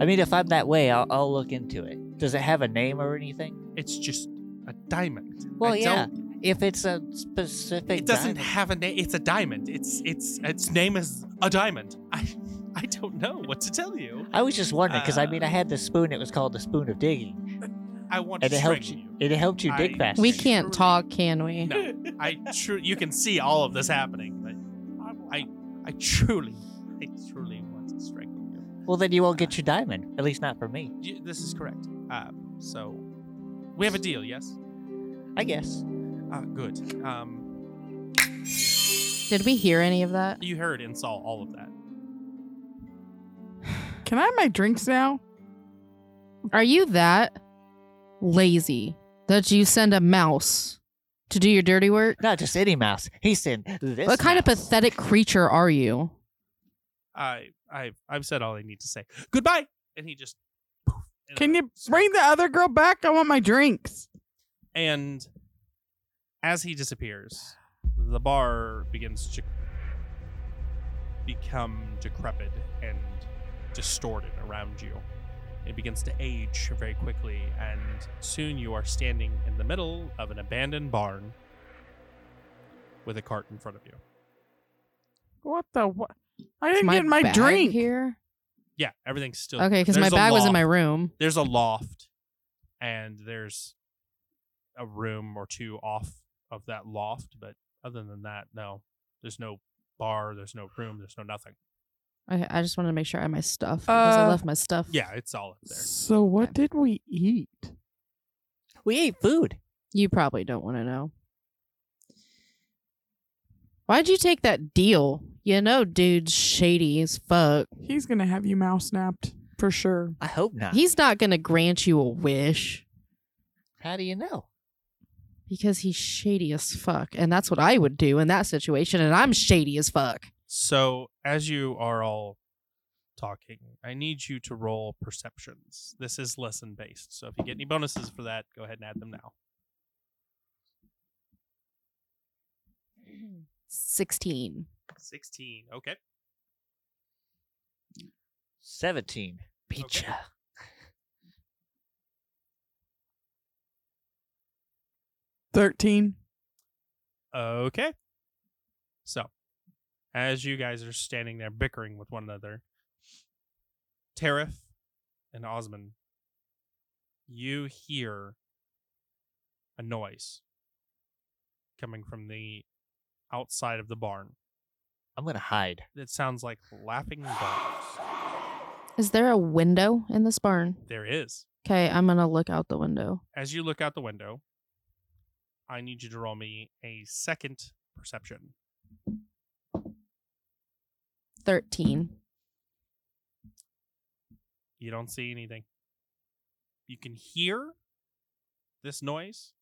Speaker 4: I mean, if I'm that way, I'll, I'll look into it. Does it have a name or anything?
Speaker 1: It's just a diamond.
Speaker 4: Well,
Speaker 1: I
Speaker 4: yeah.
Speaker 1: don't-
Speaker 4: If it's a specific,
Speaker 1: it doesn't
Speaker 4: diamond-
Speaker 1: have a name. It's a diamond. It's it's its name is a diamond. I I don't know what to tell you.
Speaker 4: I was just wondering because I
Speaker 1: Uh,
Speaker 4: mean, I had this spoon. It was called the spoon of digging,
Speaker 1: I want
Speaker 4: and
Speaker 1: to
Speaker 4: it
Speaker 1: string
Speaker 4: helped you.
Speaker 1: you.
Speaker 4: It helped you dig
Speaker 1: I-
Speaker 4: faster.
Speaker 3: We
Speaker 1: Sure.
Speaker 3: can't talk, can we?
Speaker 1: No, I true. You can see all of this happening, but I I truly I truly want to strangle you.
Speaker 4: Well, then you won't get your diamond. At least not for me.
Speaker 1: you this is correct. Um, so we have a deal, yes?
Speaker 4: I guess.
Speaker 1: Uh, good. Um,
Speaker 3: Did we hear any of that?
Speaker 1: you heard and saw all of that.
Speaker 5: Can I have my drinks now?
Speaker 3: Are you that lazy that you send a mouse to do your dirty work?
Speaker 4: Not just any mouse. He said this.
Speaker 3: what kind of
Speaker 4: mouse.
Speaker 3: pathetic creature are you?
Speaker 1: I I I've said all I need to say. Goodbye. And he just. poof, and
Speaker 5: Can
Speaker 1: I-
Speaker 5: you bring the other girl back? I want my drinks.
Speaker 1: And as he disappears, the bar begins to become decrepit and distorted around you. It begins to age very quickly, and soon you are standing in the middle of an abandoned barn with a cart in front of you.
Speaker 5: What the what? I
Speaker 3: Is
Speaker 5: didn't get my
Speaker 3: bag
Speaker 5: drink.
Speaker 3: here.
Speaker 1: Yeah, everything's still
Speaker 3: Okay, because my
Speaker 1: There's a
Speaker 3: bag was in
Speaker 1: loft.
Speaker 3: my room.
Speaker 1: There's a loft, and there's a room or two off of that loft, but other than that, no. There's no bar, there's no room, there's no nothing.
Speaker 3: Okay, I just wanted to make sure I had my stuff because I
Speaker 5: Uh,
Speaker 3: left my stuff.
Speaker 1: Yeah, it's all up there.
Speaker 5: So what did we eat?
Speaker 4: We ate food.
Speaker 3: you probably don't want to know. Why'd you take that deal? You know, dude's shady as fuck.
Speaker 5: He's gonna have you mouse napped for sure.
Speaker 4: I hope not.
Speaker 3: He's not gonna grant you a wish
Speaker 4: How do you know?
Speaker 3: because he's shady as fuck, and that's what I would do in that situation. And I'm shady as fuck.
Speaker 1: So, as you are all talking, I need you to roll perceptions. This is lesson based. So, if you get any bonuses for that, go ahead and add them now.
Speaker 3: Sixteen.
Speaker 1: 16. Okay.
Speaker 4: Seventeen. Beat
Speaker 1: Okay.
Speaker 4: ya.
Speaker 5: Thirteen.
Speaker 1: Okay. So, as you guys are standing there bickering with one another, Tariff and Osman, you hear a noise coming from the outside of the barn.
Speaker 4: I'm gonna hide.
Speaker 1: It sounds like laughing dogs.
Speaker 3: Is there a window in this barn?
Speaker 1: There is.
Speaker 3: Okay, I'm gonna look out the window.
Speaker 1: As you look out the window, I need you to roll me a second perception.
Speaker 3: Thirteen.
Speaker 1: You don't see anything. You can hear this noise,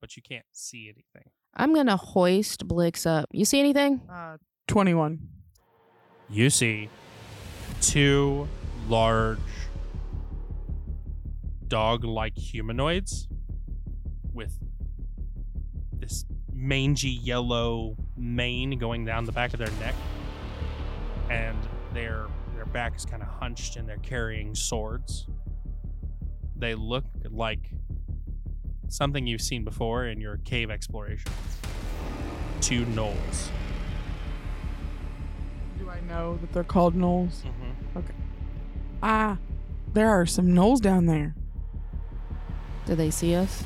Speaker 1: but you can't see anything.
Speaker 3: I'm gonna hoist Blix up. You see anything?
Speaker 5: Uh, twenty-one.
Speaker 1: You see two large dog like humanoids with this mangy yellow mane going down the back of their neck. And their their back is kind of hunched and they're carrying swords. They look like something you've seen before in your cave explorations. Two gnolls.
Speaker 5: Do I know that they're called gnolls?
Speaker 1: Mm-hmm.
Speaker 5: Ah, there are some gnolls down there.
Speaker 3: Did they see us?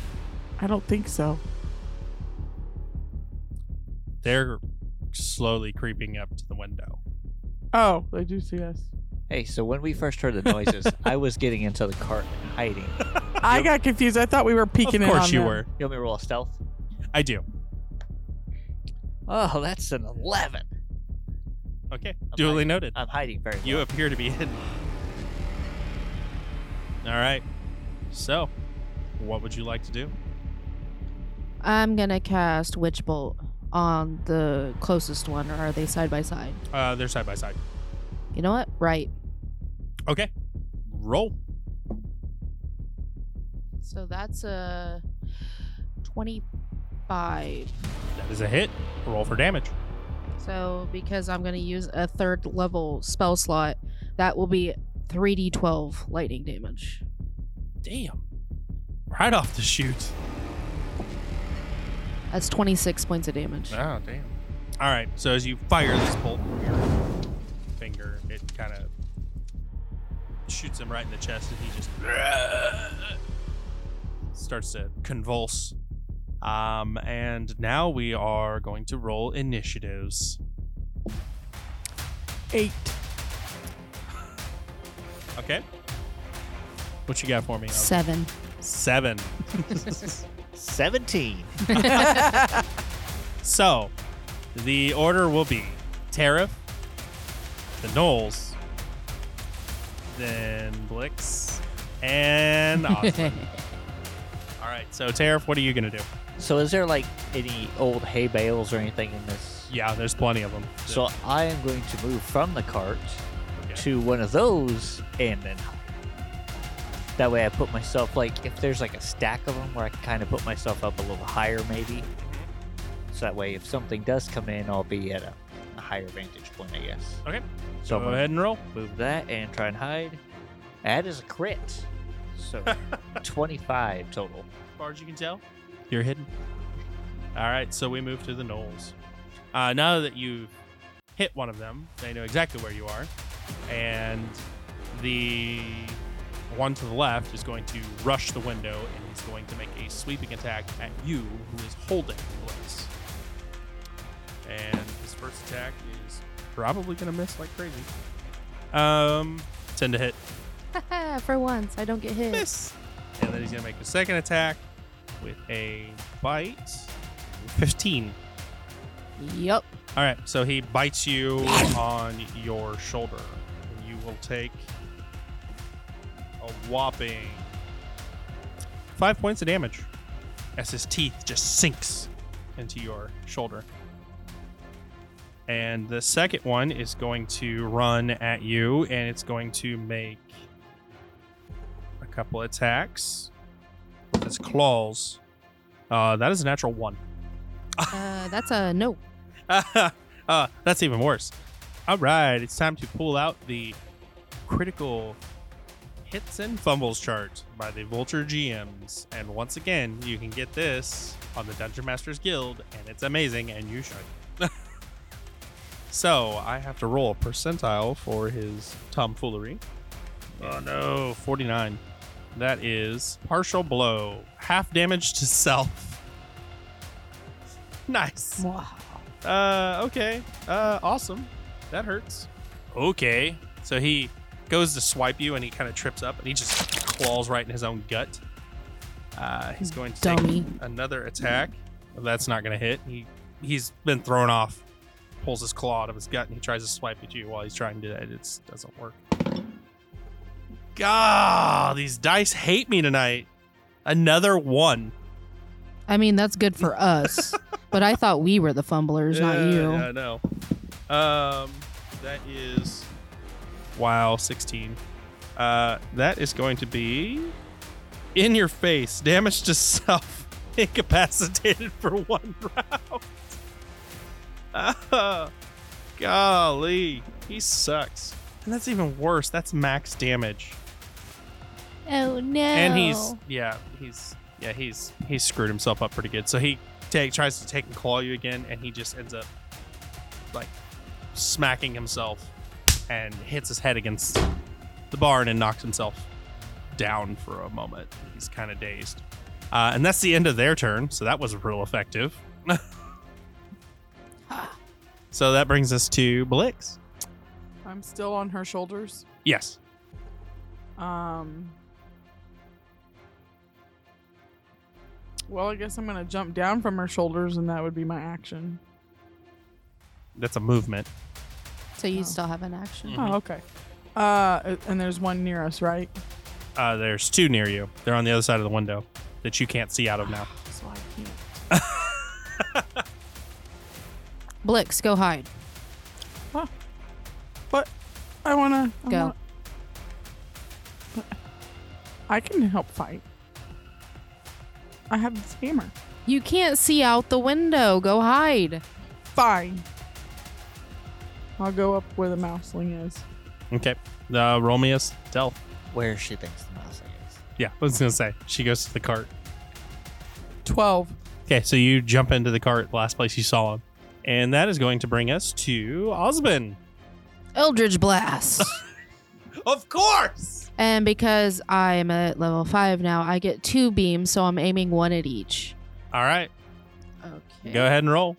Speaker 5: I don't think so.
Speaker 1: They're slowly creeping up to the window.
Speaker 5: Oh, they do see us.
Speaker 4: Hey, so when we first heard the noises, I was getting into the cart and hiding.
Speaker 5: I got confused. I thought we were peeking.
Speaker 1: of
Speaker 5: in
Speaker 1: course
Speaker 5: on
Speaker 1: you
Speaker 5: them.
Speaker 1: were.
Speaker 4: You want me to roll a stealth?
Speaker 1: I do.
Speaker 4: Oh, that's an eleven.
Speaker 1: Okay.
Speaker 4: I'm
Speaker 1: Duly
Speaker 4: hiding.
Speaker 1: noted.
Speaker 4: I'm hiding very well.
Speaker 1: you appear to be hidden. All right. So, what would you like to do?
Speaker 3: I'm gonna cast Witch Bolt on the closest one, or are they side by side?
Speaker 1: Uh, they're side by side.
Speaker 3: You know what? Right.
Speaker 1: Okay. Roll.
Speaker 3: So that's a 25.
Speaker 1: That is a hit. Roll for damage.
Speaker 3: So because I'm going to use a third level spell slot, that will be 3d12 lightning damage.
Speaker 1: Damn. Right off the chute.
Speaker 3: That's 26 points of damage.
Speaker 1: Oh, damn. All right. So as you fire this bolt from your finger, it kind of shoots him right in the chest, and he just starts to convulse. Um, and now we are going to roll initiatives.
Speaker 5: Eight.
Speaker 1: Okay. What you got for me? Elsa?
Speaker 3: Seven.
Speaker 1: Seven.
Speaker 4: 17.
Speaker 1: So, the order will be Tariff, the Knowles, then Blix, and Osmond. All right, so Tariff, what are you going to do?
Speaker 4: So is there like any old hay bales or anything in this?
Speaker 1: Yeah, there's plenty of them.
Speaker 4: So I am going to move from the cart
Speaker 1: Okay.
Speaker 4: to one of those and then hide. That way I put myself like if there's like a stack of them where I can kind of put myself up a little higher maybe. So that way if something does come in I'll be at a, a higher vantage point I guess.
Speaker 1: Okay.
Speaker 4: So
Speaker 1: go
Speaker 4: I'm gonna
Speaker 1: ahead and roll.
Speaker 4: move that and try and hide. That is a crit. So 25 total.
Speaker 1: As far as you can tell, you're hidden. All right, so we move to the Knolls. Uh, now that you've hit one of them, they know exactly where you are, and the one to the left is going to rush the window and he's going to make a sweeping attack at you, who is holding the place. And his first attack is probably going to miss like crazy. Um, tend to hit
Speaker 3: For once, I don't get hit.
Speaker 1: miss. And then he's gonna make a second attack with a bite. Fifteen.
Speaker 3: Yup.
Speaker 1: All right, so he bites you on your shoulder, and you will take a whopping five points of damage as his teeth just sinks into your shoulder. And the second one is going to run at you, and it's going to make a couple attacks with its claws. Uh, that is a natural one.
Speaker 3: Uh, that's a no.
Speaker 1: uh, that's even worse. All right, it's time to pull out the critical hits and fumbles chart by the Vulture GMs. And once again, you can get this on the Dungeon Masters Guild, and it's amazing, and you should. so I have to roll a percentile for his tomfoolery. Oh no, 49. That is partial blow, half damage to self. Nice.
Speaker 3: Wow.
Speaker 1: Uh, okay. Uh, awesome. That hurts. Okay. So he goes to swipe you, and he kind of trips up, and he just claws right in his own gut. Uh, he's going to
Speaker 3: Dummy.
Speaker 1: take another attack. That's not going to hit. He he's been thrown off. Pulls his claw out of his gut, and he tries to swipe at you while he's trying to do that. It doesn't work. God, these dice hate me tonight. Another one.
Speaker 3: I mean, that's good for us, but I thought we were the fumblers, not
Speaker 1: Yeah,
Speaker 3: you.
Speaker 1: Yeah, no. Um, that is wow, sixteen. Uh, that is going to be in your face, damage to self, incapacitated for one round. Ah, golly, he sucks. And that's even worse. That's max damage.
Speaker 3: Oh no.
Speaker 1: And he's yeah, he's yeah, he's he's screwed himself up pretty good. So he take tries to take and claw you again, and he just ends up like smacking himself and hits his head against the barn and knocks himself down for a moment. He's kind of dazed, uh, and that's the end of their turn. So that was real effective. so that brings us to Blix.
Speaker 5: I'm still on her shoulders.
Speaker 1: Yes.
Speaker 5: Um. Well, I guess I'm gonna jump down from her shoulders, and that would be my action.
Speaker 1: That's a movement.
Speaker 3: so you
Speaker 5: Oh.
Speaker 3: still have an action.
Speaker 7: Mm.
Speaker 1: Mhm.
Speaker 5: Oh, okay. Uh, and there's one near us, right?
Speaker 1: Uh, there's two near you. They're on the other side of the window that you can't see out of now.
Speaker 5: So I can't.
Speaker 3: Blix, go hide.
Speaker 5: But I wanna I
Speaker 3: Go.
Speaker 5: wanna- I can help fight. I have this hammer.
Speaker 3: You can't see out the window. Go hide.
Speaker 5: Fine. I'll go up where the mouseling is.
Speaker 1: Okay.
Speaker 7: Uh, roll me a stealth.
Speaker 4: Where she thinks the mousling is.
Speaker 7: Yeah, I was gonna say she goes to the cart.
Speaker 5: 12.
Speaker 7: Okay, so you jump into the cart, last place you saw him, and that is going to bring us to Osmond.
Speaker 3: Eldridge Blast.
Speaker 7: Of course.
Speaker 3: and because I am at level five now, I get two beams, so I'm aiming one at each.
Speaker 7: All right,
Speaker 3: Okay.
Speaker 7: go ahead and roll.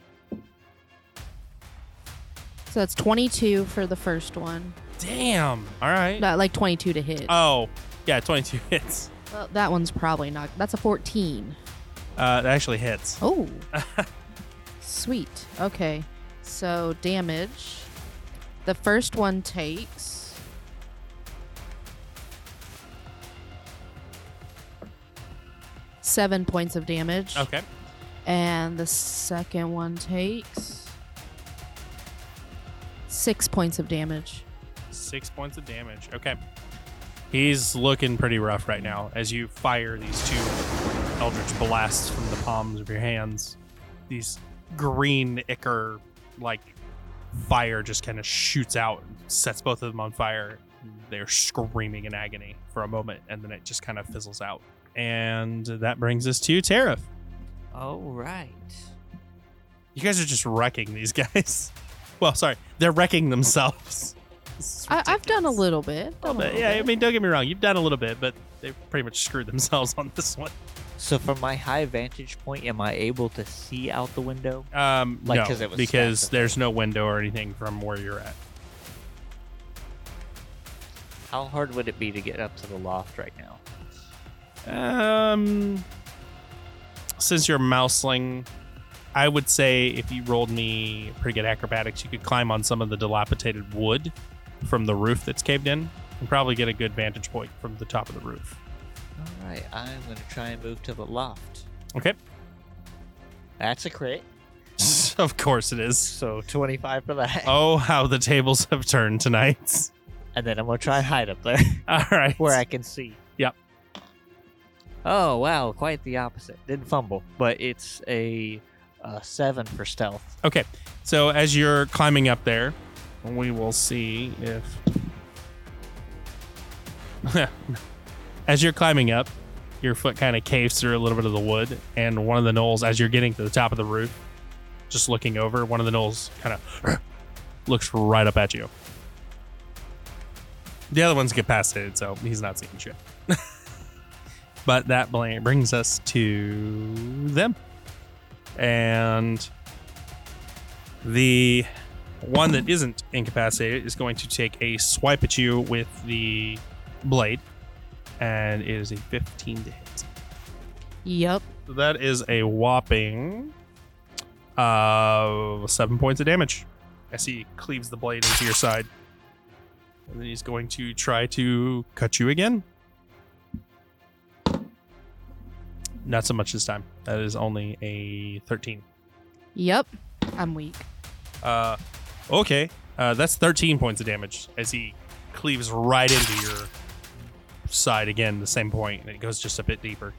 Speaker 3: So that's 22 for the first one.
Speaker 7: Damn. All right.
Speaker 3: Not like 22 to hit.
Speaker 7: Oh, yeah, twenty-two hits.
Speaker 3: well, that one's probably not. That's a 14.
Speaker 7: Uh, that actually hits.
Speaker 3: Oh. Sweet. Okay. So damage. The first one takes. Seven points of damage.
Speaker 7: Okay.
Speaker 3: And the second one takes. Six points of damage.
Speaker 7: Six points of damage. Okay. He's looking pretty rough right now as you fire these two eldritch blasts from the palms of your hands. These green ichor like fire just kind of shoots out and sets both of them on fire. They're screaming in agony for a moment and then it just kind of fizzles out. And that brings us to Tariff.
Speaker 4: All right.
Speaker 7: You guys are just wrecking these guys. Well, sorry, they're wrecking themselves. This is
Speaker 3: I, I've done a
Speaker 7: ridiculous.
Speaker 3: little bit.
Speaker 7: A
Speaker 3: done
Speaker 7: little bit.
Speaker 3: little
Speaker 7: Yeah, I mean, don't get me wrong. You've done a little bit, but they pretty much screwed themselves on this one.
Speaker 4: So from my high vantage point, am I able to see out the window?
Speaker 7: Um,
Speaker 4: Like,
Speaker 7: no,
Speaker 4: 'cause it was
Speaker 7: because
Speaker 4: stacked up.
Speaker 7: there's no window or anything from where you're at.
Speaker 4: How hard would it be to get up to the loft right now?
Speaker 7: Um, since you're mouseling, I would say if you rolled me pretty good acrobatics, you could climb on some of the dilapidated wood from the roof that's caved in and probably get a good vantage point from the top of the roof.
Speaker 4: All right, I'm gonna try and move to the loft.
Speaker 7: Okay.
Speaker 4: That's a crit.
Speaker 7: of course it is.
Speaker 4: So 25 for that.
Speaker 7: Oh, how the tables have turned tonight.
Speaker 4: And then I'm gonna try and hide up there
Speaker 7: All right.
Speaker 4: where I can see.
Speaker 7: Yep.
Speaker 4: Oh wow, quite the opposite. Didn't fumble, but it's a, uh seven for stealth.
Speaker 7: Okay. So as you're climbing up there, we will see if. as you're climbing up, your foot kind of caves through a little bit of the wood, and one of the knolls, as you're getting to the top of the roof, just looking over, one of the knolls kind of looks right up at you. The other one's capacitated, so he's not seeing shit. but that bla- brings us to them. And the one that isn't incapacitated is going to take a swipe at you with the blade, and it is a 15 to hit.
Speaker 3: Yep.
Speaker 7: So that is a whopping of seven points of damage as he cleaves the blade into your side. And then he's going to try to cut you again. Not so much this time. That is only a 13.
Speaker 3: Yep. I'm weak.
Speaker 7: Uh, okay. Uh, that's 13 points of damage as he cleaves right into your side again, the same point, and it goes just a bit deeper.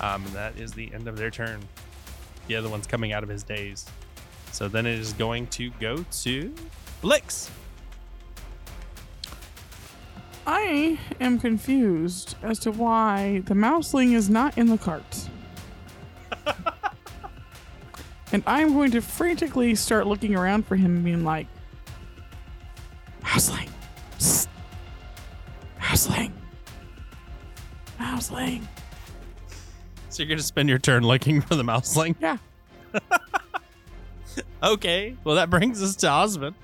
Speaker 7: Um, and that is the end of their turn. The other one's coming out of his daze. So then it is going to go to Blix.
Speaker 5: I am confused as to why the mouseling is not in the cart. and I'm going to frantically start looking around for him and being like, Mouseling! Psst. Mouseling! Mouseling!
Speaker 7: So you're going to spend your turn looking for the mouseling?
Speaker 5: Yeah.
Speaker 7: okay. Well, that brings us to Osmond.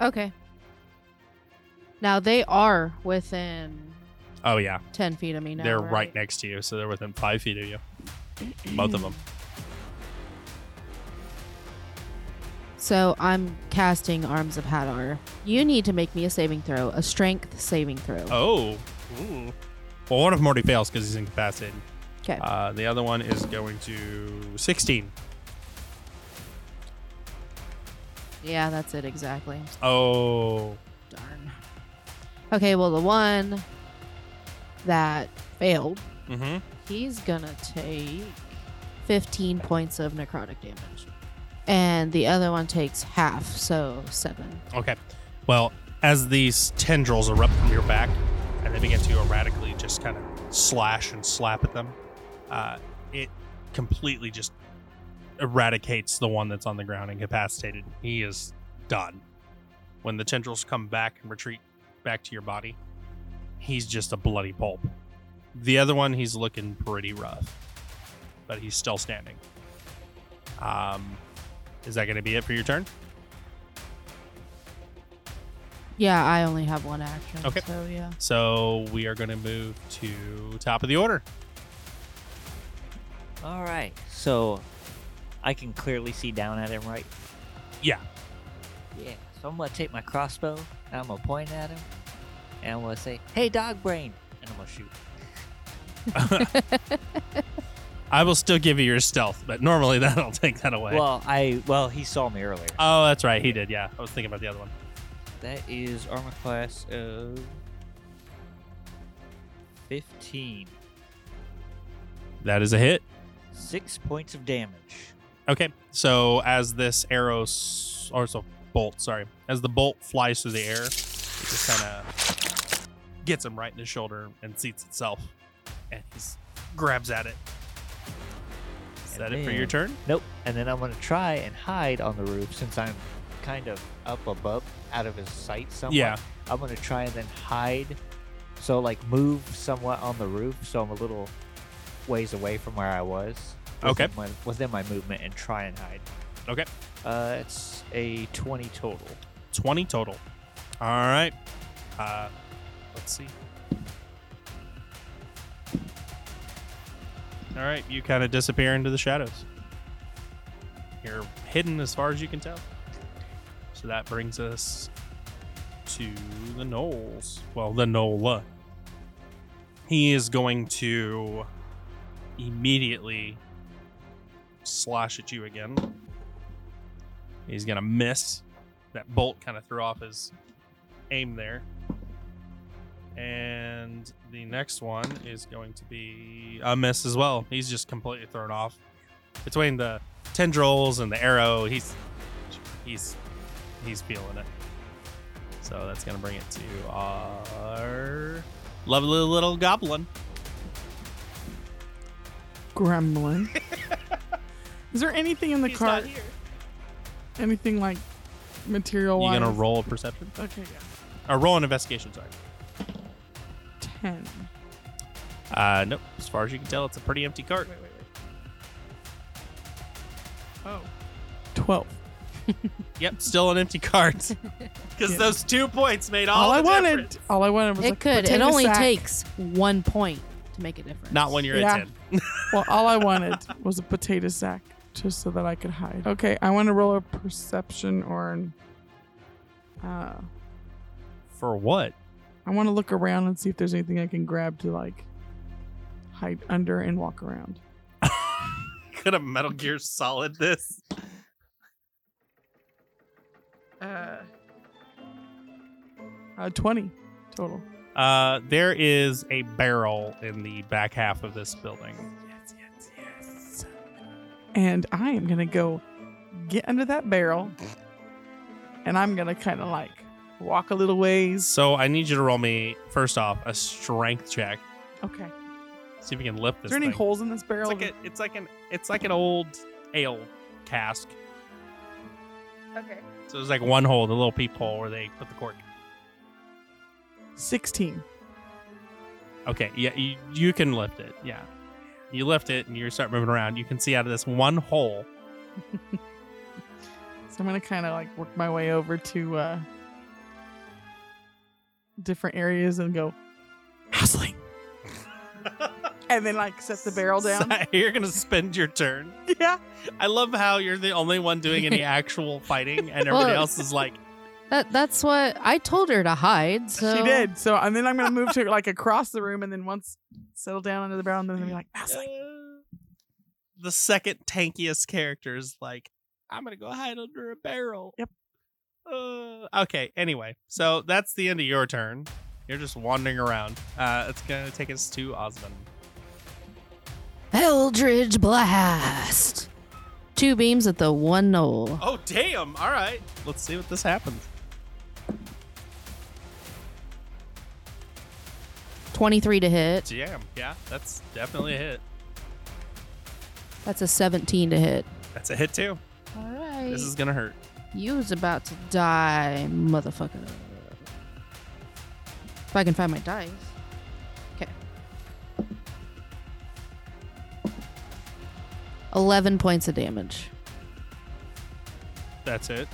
Speaker 3: Okay. Now they are within
Speaker 7: Oh, yeah.
Speaker 3: 10 feet of me now.
Speaker 7: they're right. next to you, so they're within five feet of you. Both of them.
Speaker 3: So I'm casting Arms of Hadar. You need to make me a saving throw, a strength saving throw.
Speaker 7: Oh. Ooh. Well, one of them already fails because he's incapacitated.
Speaker 3: Okay.
Speaker 7: Uh, the other one is going to 16.
Speaker 3: yeah, that's it exactly.
Speaker 7: Oh.
Speaker 3: Darn. Okay, well, the one that failed,
Speaker 7: Mm-hmm.
Speaker 3: he's going to take 15 points of necrotic damage. and the other one takes half, so seven.
Speaker 7: Okay. Well, as these tendrils erupt from your back and they begin to erratically just kind of slash and slap at them, uh, it completely just eradicates the one that's on the ground incapacitated. He is done. When the tendrils come back and retreat back to your body, he's just a bloody pulp. The other one, he's looking pretty rough, but he's still standing. Um, is that going to be it for your turn?
Speaker 3: Yeah, I only have one action.
Speaker 7: Okay.
Speaker 3: So yeah.
Speaker 7: So we are going to move to top of the order.
Speaker 4: All right. So I can clearly see down at him, right?
Speaker 7: Yeah.
Speaker 4: Yeah. So I'm going to take my crossbow and I'm going to point at him and I'm going to say, hey, dog brain. And I'm going to shoot.
Speaker 7: I will still give you your stealth, but normally that'll take that away.
Speaker 4: Well, I well he saw me earlier.
Speaker 7: oh, that's right. He did. Yeah. I was thinking about the other one.
Speaker 4: That is armor class of 15.
Speaker 7: That is a hit.
Speaker 4: Six points of damage.
Speaker 7: Okay. So as this arrow, s- or so bolt, sorry, as the bolt flies through the air, it just kind of gets him right in the shoulder and seats itself, and he s- grabs at it. Is
Speaker 4: And
Speaker 7: that it for your
Speaker 4: then-
Speaker 7: turn?
Speaker 4: Nope. And then I'm going to try and hide on the roof since I'm kind of up above, out of his sight somewhat.
Speaker 7: Yeah.
Speaker 4: I'm going to try and then hide. So, like, move somewhat on the roof. So I'm a little ways away from where I was.
Speaker 7: Okay.
Speaker 4: within My, within my movement and try and hide.
Speaker 7: Okay.
Speaker 4: Uh, it's a 20 total.
Speaker 7: 20 total. All right. Uh, let's see. All right, you kind of disappear into the shadows. You're hidden as far as you can tell. So that brings us to the Knowles. Well, the Nola. He is going to immediately slash at you again. He's going to miss that bolt kind of threw off his aim there. And the next one is going to be a miss as well. He's just completely thrown off between the tendrils and the arrow. He's he's he's feeling it. So that's gonna bring it to our lovely little goblin.
Speaker 5: Gremlin. Is there anything in the
Speaker 7: He's
Speaker 5: cart?
Speaker 7: not here.
Speaker 5: Anything like material
Speaker 7: You
Speaker 5: wise?
Speaker 7: gonna roll a perception?
Speaker 5: Okay, yeah.
Speaker 7: Or roll an investigation? Sorry.
Speaker 5: Ten.
Speaker 7: Uh, nope. As far as you can tell, it's a pretty empty cart.
Speaker 5: Wait, wait, wait. Oh. Twelve.
Speaker 7: Yep, still an empty cart. Because
Speaker 5: Yeah.
Speaker 7: those two points made all,
Speaker 5: All, I
Speaker 7: the
Speaker 5: wanted.
Speaker 7: difference.
Speaker 5: All I wanted was a
Speaker 3: It could. It
Speaker 5: potato
Speaker 3: only
Speaker 5: sack.
Speaker 3: takes one point to make a difference.
Speaker 7: Not when you're
Speaker 5: Yeah.
Speaker 7: at ten.
Speaker 5: Well, all I wanted was a potato sack, just so that I could hide. Okay, I want to roll a perception or an. Uh,
Speaker 7: For what?
Speaker 5: I want to look around and see if there's anything I can grab to like hide under and walk around.
Speaker 7: Could a Metal Gear Solid this?
Speaker 5: Uh, uh twenty total.
Speaker 7: Uh, there is a barrel in the back half of this building.
Speaker 5: Yes, yes, yes. And I am gonna go get under that barrel, and I'm gonna kind of like walk a little ways.
Speaker 7: So I need you to roll me first off a strength check.
Speaker 5: Okay. Is
Speaker 7: See if you can lift this.
Speaker 5: there any
Speaker 7: thing.
Speaker 5: holes in this
Speaker 7: It's
Speaker 5: barrel?
Speaker 7: like a, it's like an it's like an old ale cask.
Speaker 5: okay.
Speaker 7: So there's like one hole, the little peephole where they put the cork.
Speaker 5: Sixteen.
Speaker 7: Okay, yeah, you, you can lift it. Yeah, you lift it and you start moving around. You can see out of this one hole
Speaker 5: So I'm gonna kind of like work my way over to uh, different areas and go hustling, and then like set the barrel down.
Speaker 7: So you're gonna spend your turn.
Speaker 5: yeah.
Speaker 7: I love how you're the only one doing any actual fighting, and everybody
Speaker 3: Well-
Speaker 7: else is like,
Speaker 3: That that's what I told her to hide. So
Speaker 5: She did. So and then I'm gonna move to like across the room, and then once settle down under the barrel, and then be like hustling.
Speaker 7: "Uh," the second tankiest character is like, I'm gonna go hide under a barrel.
Speaker 5: Yep.
Speaker 7: Uh, okay. Anyway, so that's the end of your turn. You're just wandering around. Uh, it's gonna take us to Osmond.
Speaker 3: Eldridge Blast. Two beams at the one knoll.
Speaker 7: Oh, damn. All right. Let's see what this happens.
Speaker 3: 23 to hit.
Speaker 7: Damn. Yeah, that's definitely a hit.
Speaker 3: That's a 17 to hit.
Speaker 7: That's a hit, too.
Speaker 3: All right.
Speaker 7: This is going to hurt.
Speaker 3: You was about to die, motherfucker. If I can find my dice. Okay. 11 points of damage.
Speaker 7: That's it.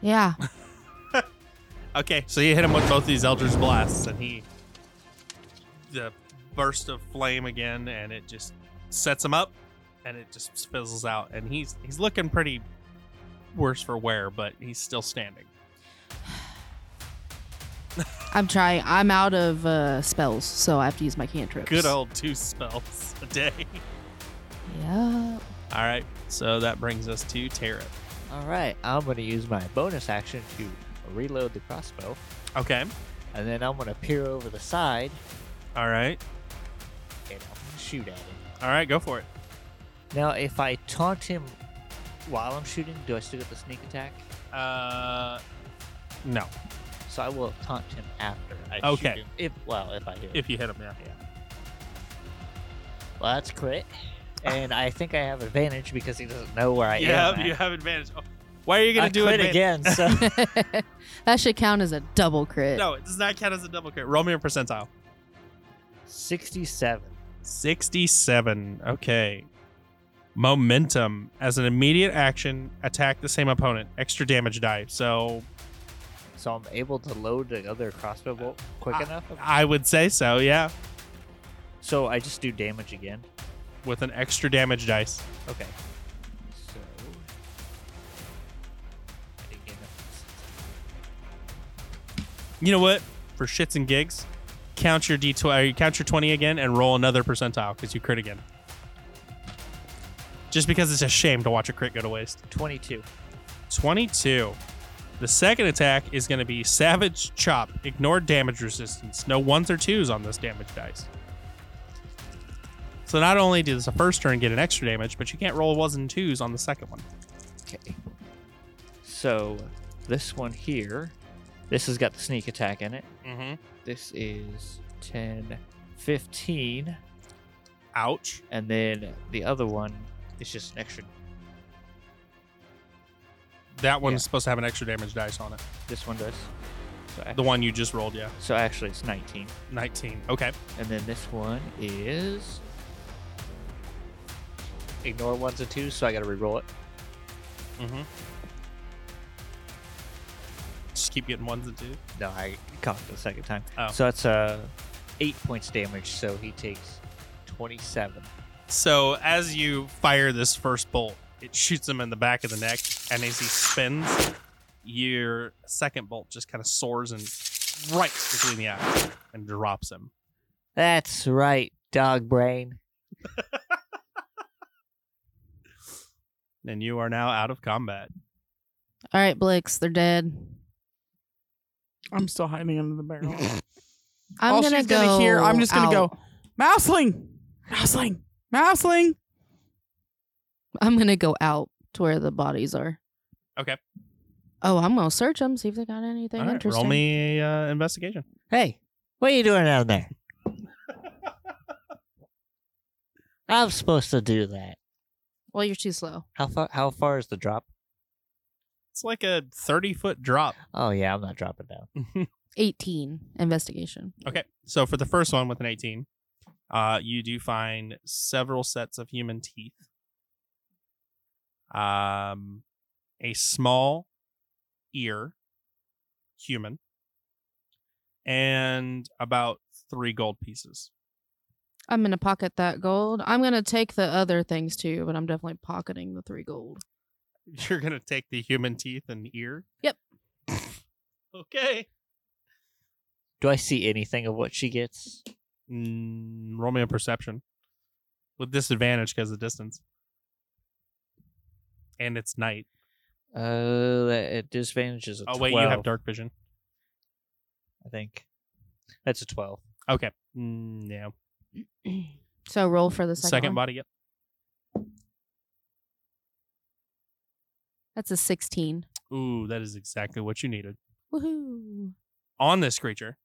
Speaker 3: Yeah.
Speaker 7: Okay, so you hit him with both these Eldritch Blasts, and he. The burst of flame again, and it just sets him up, and it just fizzles out. And he's he's looking pretty worse for wear, but he's still standing.
Speaker 3: I'm trying. I'm out of uh, spells, so I have to use my cantrips.
Speaker 7: Good old two spells a day.
Speaker 3: Yeah.
Speaker 7: All right, so that brings us to Tara.
Speaker 4: All right, I'm going to use my bonus action to reload the crossbow,
Speaker 7: Okay.
Speaker 4: and then I'm going to peer over the side
Speaker 7: All right.
Speaker 4: and I'm gonna shoot at him.
Speaker 7: All right. Go for it.
Speaker 4: Now, if I taunt him while I'm shooting, do I still get the sneak attack?
Speaker 7: Uh, no.
Speaker 4: So I will taunt him after I
Speaker 7: Okay.
Speaker 4: shoot him. If well, if I do.
Speaker 7: If you hit him, yeah.
Speaker 4: well, that's crit, and I think I have advantage because he doesn't know where I
Speaker 7: yeah,
Speaker 4: am. at.
Speaker 7: you have advantage. Oh, why are you gonna
Speaker 4: I
Speaker 7: do
Speaker 4: crit
Speaker 7: advan-
Speaker 4: again. So
Speaker 3: that should count as a double crit.
Speaker 7: No, it does not count as a double crit. Roll me a percentile.
Speaker 4: sixty-seven.
Speaker 7: 67. Okay. Momentum. As an immediate action, attack the same opponent. Extra damage die. So
Speaker 4: So I'm able to load the other crossbow bolt quick
Speaker 7: Ah.
Speaker 4: enough.
Speaker 7: I would say so, yeah.
Speaker 4: So I just do damage again.
Speaker 7: With an extra damage dice.
Speaker 4: Okay. So I didn't get enough.
Speaker 7: You know what? For shits and gigs, count your d20, or count your 20 again and roll another percentile because you crit again. Just because it's a shame to watch a crit go to waste.
Speaker 4: twenty-two.
Speaker 7: 22. The second attack is going to be Savage Chop. Ignore damage resistance. No ones or twos on this damage dice. So not only does the first turn get an extra damage, but you can't roll ones and twos on the second one.
Speaker 4: Okay. So this one here, this has got the sneak attack in it.
Speaker 7: Mm-hmm.
Speaker 4: This is 10, 15,
Speaker 7: Ouch.
Speaker 4: and then the other one is just an extra.
Speaker 7: That one's
Speaker 4: Yeah.
Speaker 7: supposed to have an extra damage dice on it.
Speaker 4: This one does. So, ac-
Speaker 7: The one you just rolled, yeah.
Speaker 4: so actually, it's 19.
Speaker 7: 19. Okay.
Speaker 4: And then this one is. Ignore ones and twos, so I gotta reroll it.
Speaker 7: Mm-hmm. Just keep getting ones and twos.
Speaker 4: No, I cocked the second time.
Speaker 7: Oh.
Speaker 4: So that's uh, 8 points damage, so he takes 27.
Speaker 7: So as you fire this first bolt, it shoots him in the back of the neck, and as he spins, your second bolt just kind of soars and right between the eyes and drops him.
Speaker 4: That's right, dog brain.
Speaker 7: And you are now out of combat.
Speaker 3: All right, Blix, they're dead.
Speaker 5: I'm still hiding under the barrel.
Speaker 3: I'm
Speaker 5: All
Speaker 3: gonna
Speaker 5: she's
Speaker 3: go.
Speaker 5: gonna hear- I'm just gonna
Speaker 3: out.
Speaker 5: go, Mouseling! Mouseling! Mouseling!
Speaker 3: I'm gonna go out to where the bodies are.
Speaker 7: Okay.
Speaker 3: Oh, I'm gonna search them, see if they got anything
Speaker 7: All right,
Speaker 3: interesting.
Speaker 7: roll me uh, investigation.
Speaker 4: Hey, what are you doing down there? I'm supposed to do that.
Speaker 3: Well, you're too slow.
Speaker 4: How far? How far is the drop?
Speaker 7: It's like a thirty foot drop.
Speaker 4: Oh yeah, I'm not dropping down.
Speaker 3: 18 investigation.
Speaker 7: Okay, so for the first one with an eighteen, uh, you do find several sets of human teeth, um, a small ear, human, and about three gold pieces.
Speaker 3: I'm gonna pocket that gold. I'm gonna take the other things too, but I'm definitely pocketing the three gold.
Speaker 7: You're gonna take the human teeth and ear.
Speaker 3: Yep.
Speaker 7: okay.
Speaker 4: Do I see anything of what she gets?
Speaker 7: Mm, roll me a perception with disadvantage because of distance, and it's night.
Speaker 4: Uh, that at disadvantage is a
Speaker 7: Oh
Speaker 4: 12,
Speaker 7: wait, you have dark vision.
Speaker 4: I think that's a twelve.
Speaker 7: Okay. Mm, yeah.
Speaker 3: So roll for the second,
Speaker 7: Second,
Speaker 3: one.
Speaker 7: body. Yep.
Speaker 3: That's a 16.
Speaker 7: Ooh, that is exactly what you needed.
Speaker 3: Woohoo.
Speaker 7: On this creature,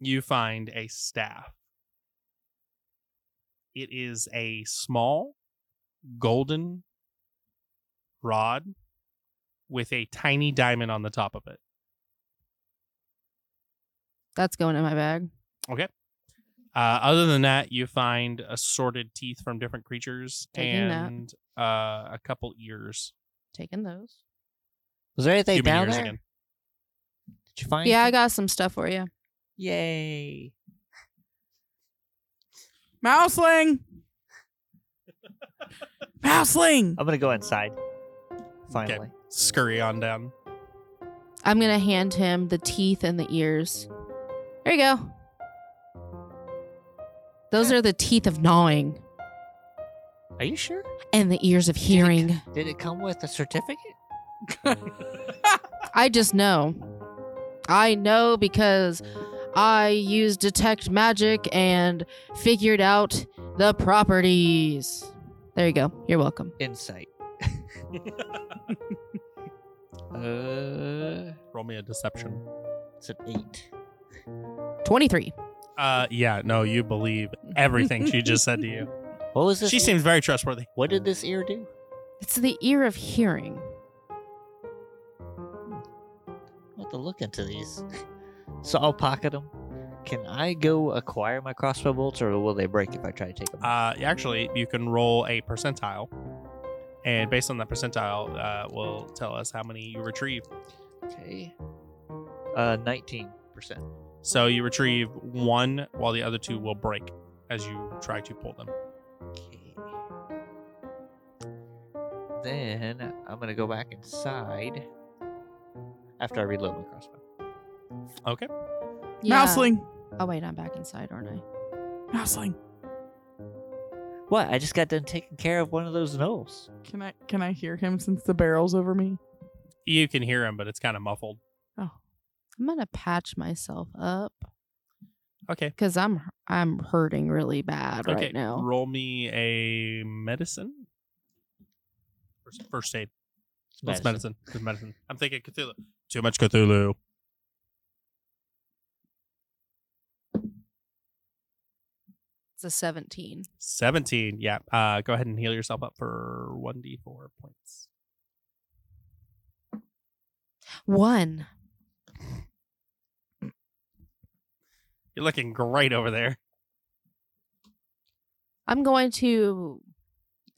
Speaker 7: you find a staff. It is a small golden rod with a tiny diamond on the top of it.
Speaker 3: That's going in my bag.
Speaker 7: Okay. Uh, other than that, you find assorted teeth from different creatures
Speaker 3: Taking that.
Speaker 7: and uh, a couple ears.
Speaker 3: Taking those.
Speaker 4: Was there anything
Speaker 7: Human
Speaker 4: down
Speaker 7: ears
Speaker 4: there?
Speaker 7: again.
Speaker 4: Did you find?
Speaker 3: Yeah, I
Speaker 4: anything?
Speaker 3: got some stuff for you.
Speaker 4: Yay!
Speaker 5: Mouseling! Mouseling!
Speaker 4: I'm gonna go inside. Finally,
Speaker 7: Scurry on down.
Speaker 3: I'm going to hand him the teeth and the ears. There you go. Those are the teeth of gnawing
Speaker 4: are you sure?
Speaker 3: and the ears of hearing.
Speaker 4: Did it come with a certificate?
Speaker 3: I just know. I know because I used detect magic and figured out the properties. There you go. You're welcome.
Speaker 4: Insight. uh,
Speaker 7: Roll me a deception.
Speaker 4: it's an eight.
Speaker 3: 23.
Speaker 7: Uh, yeah, no, you believe everything she just said to you.
Speaker 4: What was this?
Speaker 7: She
Speaker 4: ear-
Speaker 7: seems very trustworthy.
Speaker 4: What did this ear do?
Speaker 3: It's the ear of hearing.
Speaker 4: I'll have to look into these. so I'll pocket them. Can I go acquire my crossbow bolts, or will they break if I try to take them?
Speaker 7: Uh, actually, you can roll a percentile, and based on that percentile, uh, will tell us how many you retrieve.
Speaker 4: okay. Uh, nineteen percent.
Speaker 7: So you retrieve one, while the other two will break as you try to pull them.
Speaker 4: Okay. Then I'm gonna go back inside after I reload my crossbow.
Speaker 7: Okay.
Speaker 5: Mouseling!
Speaker 3: Oh, wait, I'm back inside, aren't I?
Speaker 5: Mouseling!
Speaker 4: What? I just got done taking care of one of those gnolls.
Speaker 5: Can I can I hear him since the barrel's over me?
Speaker 7: You can hear him, but it's kind of muffled.
Speaker 5: Oh.
Speaker 3: I'm going to patch myself up
Speaker 7: Okay.
Speaker 3: cuz I'm I'm hurting really bad
Speaker 7: Okay.
Speaker 3: right now.
Speaker 7: Roll me a medicine. First, first aid. That's medicine. It's medicine. I'm thinking Cthulhu. Too much Cthulhu.
Speaker 3: It's a 17.
Speaker 7: 17. Yeah. Uh, go ahead and heal yourself up for 1d4 points.
Speaker 3: 1.
Speaker 7: You're looking great over there.
Speaker 3: I'm going to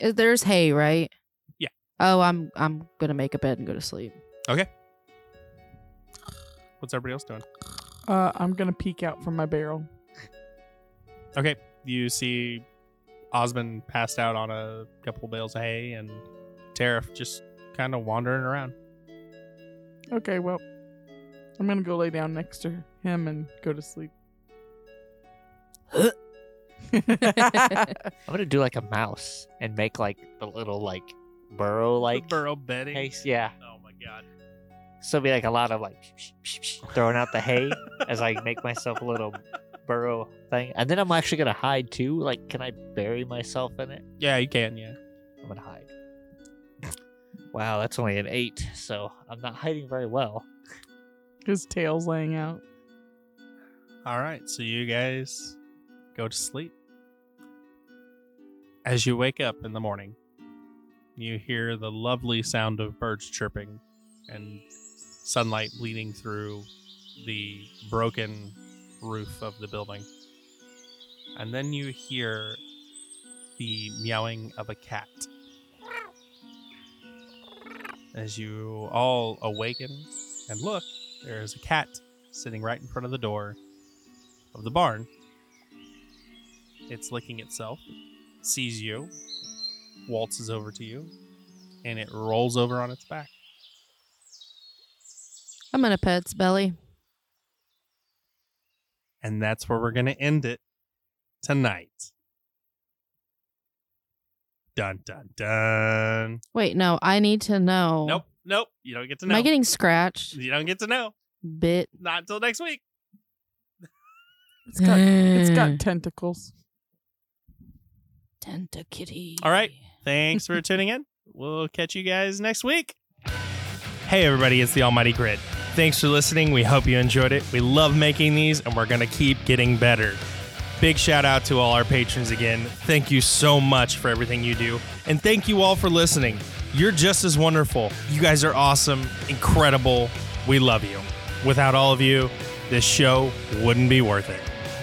Speaker 3: uh, There's hay, right?
Speaker 7: Yeah.
Speaker 3: Oh, I'm I'm going to make a bed and go to sleep.
Speaker 7: What's everybody else doing?
Speaker 5: Uh, I'm gonna peek out from my barrel.
Speaker 7: Okay. You see Osmond passed out on a couple bales of hay and Tariff just kind of wandering around.
Speaker 5: Okay, well, I'm gonna go lay down next to him and go to sleep.
Speaker 4: I'm gonna do like a mouse and make like the little like burrow
Speaker 7: Like,
Speaker 4: like
Speaker 7: burrow bedding.
Speaker 4: case. Yeah.
Speaker 7: Oh my god.
Speaker 4: So it'll be like a lot of like throwing out the hay as I make myself a little burrow thing, and then I'm actually gonna hide too. Like, can I bury myself in it?
Speaker 7: Yeah, you can. Yeah.
Speaker 4: I'm gonna hide. Wow, that's only an eight, so I'm not hiding very well.
Speaker 5: His tail's laying out.
Speaker 7: All right, so you guys go to sleep. As you wake up in the morning, you hear the lovely sound of birds chirping and sunlight bleeding through the broken roof of the building. And then you hear the meowing of a cat. As you all awaken and look, there is a cat sitting right in front of the door of the barn. It's licking itself, sees you, waltzes over to you, and it rolls over on its back.
Speaker 3: I'm going to pet its belly.
Speaker 7: And that's where we're going to end it tonight. Dun, dun, dun.
Speaker 3: Wait, no, I need to know.
Speaker 7: Nope, nope. You don't get
Speaker 3: Oh.
Speaker 7: to
Speaker 3: Am
Speaker 7: know.
Speaker 3: I getting scratched?
Speaker 7: you don't get to know.
Speaker 3: Bit.
Speaker 7: Not until next week.
Speaker 5: It's got it's got tentacles.
Speaker 3: Tenta kitty.
Speaker 7: All right. Thanks for tuning in. We'll catch you guys next week.
Speaker 1: Hey, everybody, it's the Almighty Grid. Thanks for listening. We hope you enjoyed it. We love making these, and we're going to keep getting better. Big shout out to all our patrons again. Thank you so much for everything you do. And thank you all for listening. You're just as wonderful. You guys are awesome, incredible. We love you. Without all of you, this show wouldn't be worth it.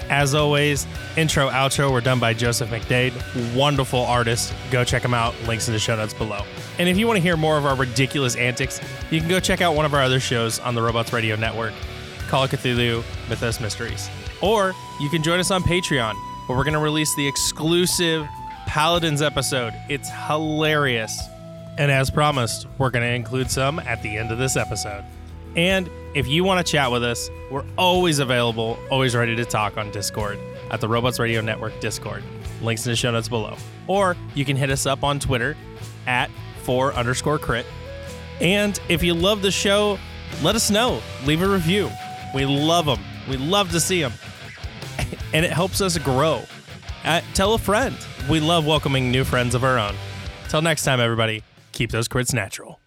Speaker 1: As always, intro, outro were done by Joseph McDade, wonderful artist. Go check him out. Links in the show notes below. And if you want to hear more of our ridiculous antics, you can go check out one of our other shows on the Robots Radio Network, Call of Cthulhu, Mythos Mysteries. Or you can join us on Patreon, where we're going to release the exclusive Paladins episode. It's hilarious. And as promised, we're going to include some at the end of this episode. And if you want to chat with us, we're always available, always ready to talk on Discord at the Robots Radio Network Discord. Links in the show notes below. Or you can hit us up on Twitter at four underscore crit. And if you love the show, let us know. Leave a review. We love them. We love to see them. and it helps us grow. Uh, tell a friend. We love welcoming new friends of our own. Till next time, everybody, keep those crits natural.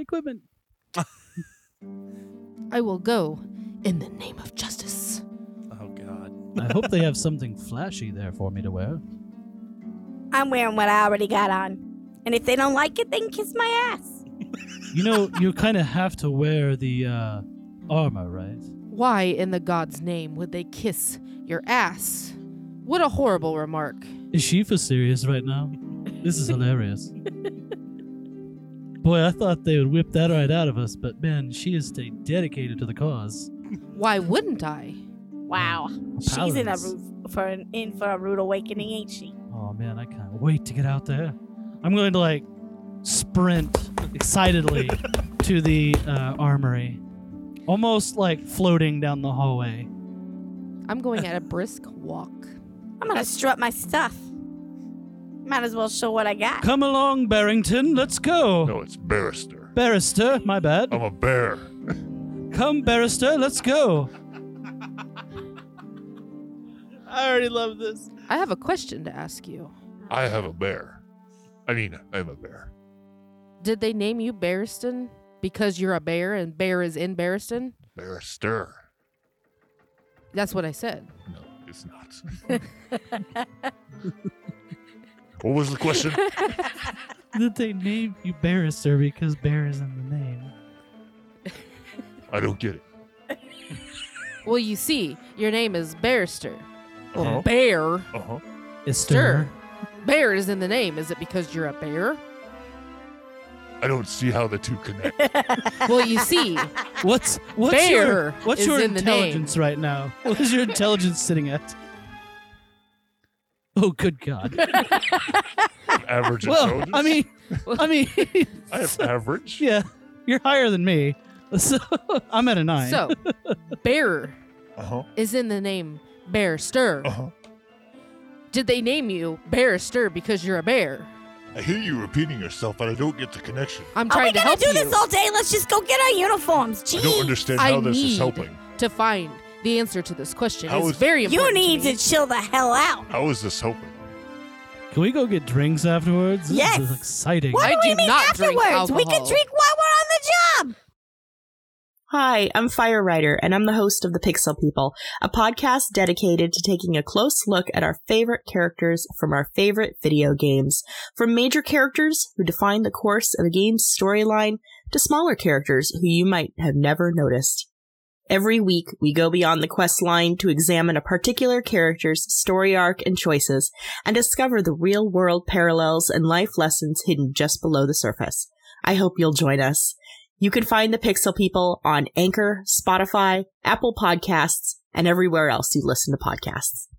Speaker 5: Equipment.
Speaker 3: I will go in the name of justice.
Speaker 1: Oh, God.
Speaker 8: I hope they have something flashy there for me to wear.
Speaker 9: I'm wearing what I already got on. And if they don't like it, then kiss my ass.
Speaker 8: You know, you kind of have to wear the uh, armor, right?
Speaker 3: Why in the god's name would they kiss your ass? What a horrible remark.
Speaker 8: Is she for serious right now? This is hilarious. Boy, I thought they would whip that right out of us, but man, she is stayed dedicated to the cause.
Speaker 3: Why wouldn't I?
Speaker 9: Wow. She's in a
Speaker 8: Paladins.
Speaker 9: rude, for an, in for a rude awakening, ain't she?
Speaker 8: Oh man, I can't wait to get out there. I'm going to like sprint excitedly to the uh, armory, almost like floating down the hallway.
Speaker 3: I'm going at a brisk walk.
Speaker 9: I'm gonna strut my stuff. Might as well show what I got.
Speaker 8: Come along, Barrington. Let's go.
Speaker 2: No, it's Barrister.
Speaker 8: Barrister, my bad.
Speaker 2: I'm a bear.
Speaker 8: Come, Barrister, let's go.
Speaker 1: I already love this.
Speaker 3: I have a question to ask you.
Speaker 2: I have a bear. I mean, I'm a bear.
Speaker 3: Did they name you Barristan because you're a bear and bear is in Barristan?
Speaker 2: Barrister.
Speaker 3: That's what I said.
Speaker 2: No, it's not. what was the question?
Speaker 8: Did they name you Barrister because bear is in the name?
Speaker 2: I don't get it.
Speaker 3: Well, you see, your name is Barrister. Well,
Speaker 2: Uh-huh.
Speaker 3: bear.
Speaker 2: Uh huh.
Speaker 8: Esther.
Speaker 3: Bear is in the name. Is it because you're a bear?
Speaker 2: I don't see how the two connect.
Speaker 3: Well, you see,
Speaker 8: What's what's your
Speaker 3: Bear
Speaker 8: what's
Speaker 3: is
Speaker 8: your
Speaker 3: in the
Speaker 8: intelligence right now? What is your intelligence sitting at? Oh, good God!
Speaker 2: Average
Speaker 8: Well,
Speaker 2: intelligence.
Speaker 8: I mean, I mean,
Speaker 2: I have average.
Speaker 8: yeah, you're higher than me, so I'm at a nine.
Speaker 3: so bear
Speaker 2: Uh
Speaker 8: Uh-huh,
Speaker 2: huh.
Speaker 3: is in the name Barrister.
Speaker 2: Uh huh.
Speaker 3: Did they name you Barrister because you're a bear?
Speaker 2: I hear you repeating yourself, but I don't get the connection.
Speaker 3: I'm
Speaker 9: Are we
Speaker 3: trying to
Speaker 9: gonna
Speaker 3: help
Speaker 9: do
Speaker 3: you.
Speaker 9: this all day? Let's just go get our uniforms.
Speaker 2: I don't
Speaker 9: Gee,
Speaker 2: understand
Speaker 3: I
Speaker 2: how this
Speaker 3: need
Speaker 2: is helping.
Speaker 3: to find the answer to this question.
Speaker 2: How
Speaker 3: it's
Speaker 2: is-
Speaker 3: very
Speaker 9: you
Speaker 3: important.
Speaker 9: need
Speaker 3: to.
Speaker 9: to
Speaker 3: me.
Speaker 9: chill the hell out.
Speaker 2: How is this helping?
Speaker 8: can we go get drinks afterwards? This
Speaker 9: Yes.
Speaker 8: is exciting.
Speaker 9: What
Speaker 3: I
Speaker 9: do
Speaker 3: do
Speaker 9: we mean
Speaker 3: not drink
Speaker 9: afterwards? We can
Speaker 3: alcohol.
Speaker 9: drink while we're on the job.
Speaker 7: Hi, I'm Fire Writer, and I'm the host of The Pixel People, a podcast dedicated to taking a close look at our favorite characters from our favorite video games. From major characters who define the course of a game's storyline to smaller characters who you might have never noticed. Every week, we go beyond the quest line to examine a particular character's story arc and choices and discover the real world parallels and life lessons hidden just below the surface. I hope you'll join us. You can find the Pixel People on Anchor, Spotify, Apple Podcasts, and everywhere else you listen to podcasts.